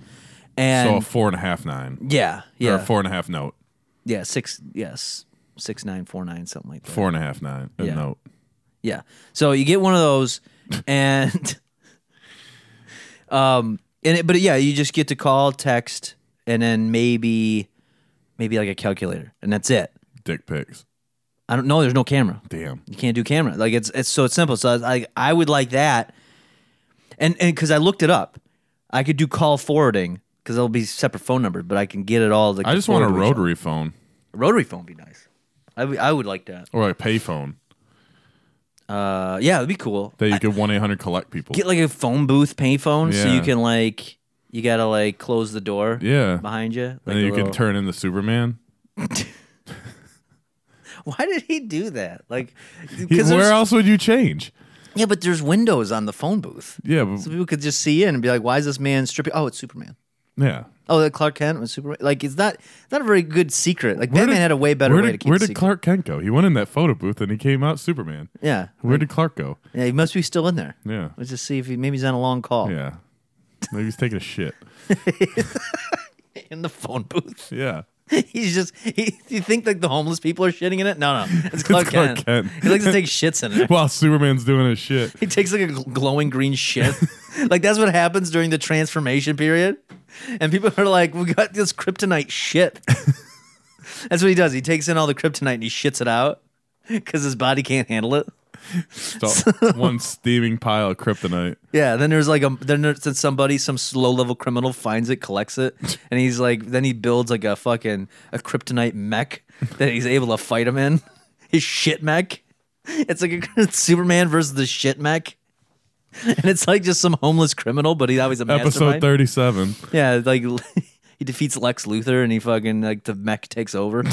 S3: a
S4: And
S3: four and a half nine.
S4: yeah,
S3: Or
S4: yeah,
S3: a four and a half note.
S4: yeah, six, yes, six nine four nine something like that.
S3: Four and a half nine. A
S4: Yeah.
S3: note.
S4: Yeah, so you get one of those, and um, and it, but yeah, you just get to call, text, and then maybe, maybe like a calculator, and that's it.
S3: Dick pics.
S4: I don't know. There's no camera.
S3: Damn.
S4: You can't do camera. Like it's it's so it's simple. So I I, I would like that, and and because I looked it up, I could do call forwarding because there'll be separate phone numbers, but I can get it all. Like,
S3: I just want a
S4: forward to each other.
S3: rotary phone
S4: Rotary phone would be nice. I w- I would like that.
S3: or a pay phone
S4: Uh, yeah, it'd be cool.
S3: that you could 1 800 collect people.
S4: Get like a phone booth payphone so
S3: Yeah.
S4: you can like you gotta like close the door
S3: Yeah.
S4: behind you. Like
S3: and
S4: a
S3: then you
S4: little-
S3: can turn into Superman.
S4: Why did he do that? Like,
S3: He-
S4: because
S3: where else would you change?
S4: yeah, but there's windows on the phone booth,
S3: Yeah. but-
S4: so people could just see in and be like, "Why is this man stripping?" Oh, it's Superman.
S3: yeah.
S4: Oh, that Clark Kent was Superman. Like, it's not not a very good secret. Like, Batman
S3: did-
S4: had a way better
S3: Where did,
S4: way to keep
S3: where
S4: it
S3: did
S4: secret.
S3: Clark Kent go? He went in that photo booth and he came out Superman.
S4: yeah,
S3: Where did Clark go?
S4: yeah, he must be still in there.
S3: Yeah.
S4: Let's just see if he maybe he's on a long call
S3: Yeah. Maybe he's taking a shit.
S4: in the phone booth.
S3: Yeah.
S4: He's just. He, you think like the homeless people are shitting in it? No, no. It's Clark,
S3: Clark
S4: Kent.
S3: Kent.
S4: He likes to take shits in it.
S3: While Superman's doing his shit.
S4: He takes like a gl- glowing green shit. like that's what happens during the transformation period, and people are like, "We got this kryptonite shit." that's what he does. He takes in all the kryptonite and he shits it out because his body can't handle it.
S3: So- one steaming pile of kryptonite.
S4: Yeah. Then there's like a then there's then somebody, some slow level criminal finds it, collects it, and he's like, then he builds like a fucking a kryptonite mech that he's able to fight him in. His shit mech. It's like a Superman versus the shit mech. And it's like just some homeless criminal, but he's always a
S3: Episode
S4: mastermind.
S3: 37.
S4: Yeah, like he defeats Lex Luthor, and he fucking like the mech takes over.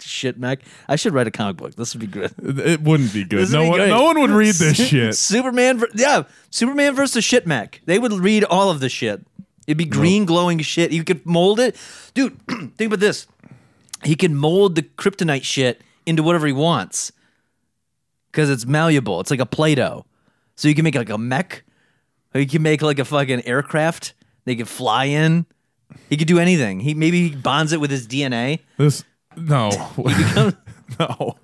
S4: shit mech. I should write a comic book. This would be good.
S3: It wouldn't be good.
S4: This would
S3: No
S4: be
S3: one,
S4: good.
S3: no one would read this shit.
S4: Superman, ver- yeah, Superman versus shit Mac. They would read all of the shit. It'd be green glowing shit. You could mold it, dude. think about this. He can mold the kryptonite shit into whatever he wants because it's malleable. It's like a play-doh. So you can make like a mech, or you can make like a fucking aircraft. They can fly in. He could do anything. He maybe he bonds it with his DNA.
S3: This no, no,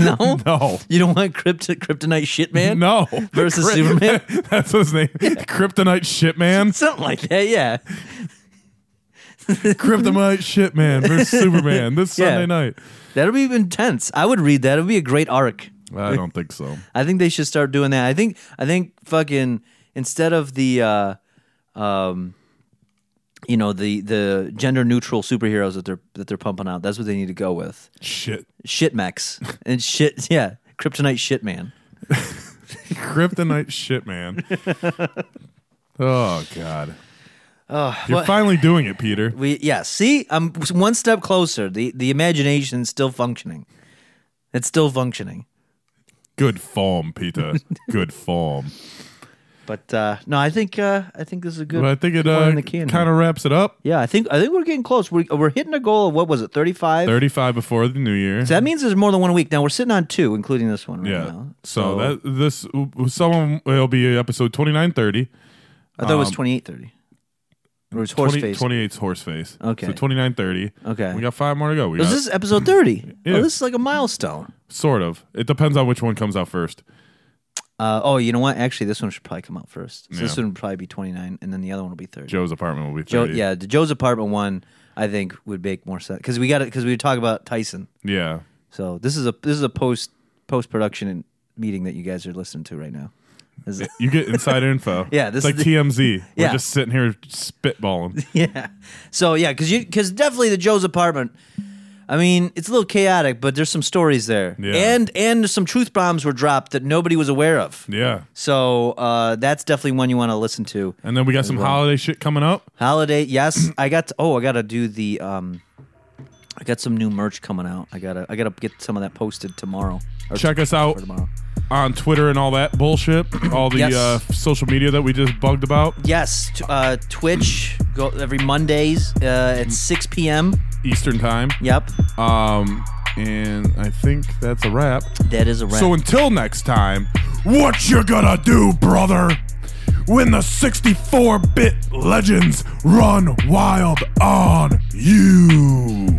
S4: No,
S3: no,
S4: you don't want crypt- kryptonite shit, man.
S3: no.
S4: versus
S3: Crypt-
S4: Superman?
S3: That's his name. Kryptonite shit man.
S4: something like that. Yeah,
S3: Kryptonite shit man versus Superman this
S4: Yeah.
S3: Sunday night.
S4: that'll be intense. I would read that. It would be a great arc.
S3: I don't think so.
S4: I think they should start doing that. I think I think fucking instead of the uh um you know the the gender neutral superheroes that they're that they're pumping out, that's what they need to go with.
S3: Shit.
S4: Shit mechs and shit yeah, kryptonite shit man.
S3: Kryptonite shit man. Oh god. You're
S4: Uh, well-
S3: finally doing it, Peter.
S4: We yeah, see, I'm one step closer. The the imagination's still functioning. It's still functioning.
S3: Good form, Peter. Good form.
S4: But uh no, I think uh I think this is a good
S3: But I think it
S4: good one
S3: uh,
S4: in the can.
S3: kind of wraps it up.
S4: yeah, I think I think we're getting close. We're, we're hitting a goal of what was it, thirty five?
S3: 35 before the new year.
S4: So that means there's more than one a week. Now we're sitting on two, including this one right
S3: yeah.
S4: now.
S3: So, that this some of them will be episode 2930.
S4: I thought it
S3: um,
S4: was twenty eight thirty. It was horse
S3: 20
S4: face.
S3: 28's horse face.
S4: Okay.
S3: So 2930.
S4: Okay.
S3: We got five more to go. We
S4: Was
S3: got,
S4: this episode thirty?
S3: Yeah.
S4: Oh, this is like a milestone.
S3: sort of. It depends on which one comes out first.
S4: Uh, oh, you know what? Actually, this one should probably come out first. So this
S3: Yeah.
S4: one would probably be twenty nine, and then the other one will be thirty.
S3: Joe's apartment will be
S4: Joe
S3: 30.
S4: yeah, the Joe's apartment one I think would make more sense because we got it because we were talking about Tyson.
S3: Yeah.
S4: So this is a this is a post post production meeting that you guys are listening to right now. This is-
S3: You get insider info.
S4: Yeah, this
S3: it's like
S4: is the-
S3: TMZ. We're
S4: Yeah.
S3: just sitting here spitballing.
S4: yeah. So yeah, because you because definitely the Joe's apartment. I mean, it's a little chaotic, but there's some stories there,
S3: Yeah.
S4: and and some truth bombs were dropped that nobody was aware of.
S3: Yeah.
S4: So uh, that's definitely one you want to listen to.
S3: And then we got some holiday shit coming up.
S4: Holiday, yes, I got. To, oh, I got to do the. Um, I got some new merch coming out. I gotta I gotta get some of that posted tomorrow. Or
S3: Check us
S4: for
S3: out
S4: tomorrow.
S3: on Twitter and all that bullshit. All the
S4: Yes.
S3: uh, social media that we just bugged about.
S4: Yes, t- uh, Twitch go every Mondays uh, at 6 p.m.
S3: Eastern time.
S4: Yep,
S3: Um, and I think that's a wrap.
S4: that is a wrap.
S3: So until next time, what you gonna do, brother? When the 64-bit legends run wild on you.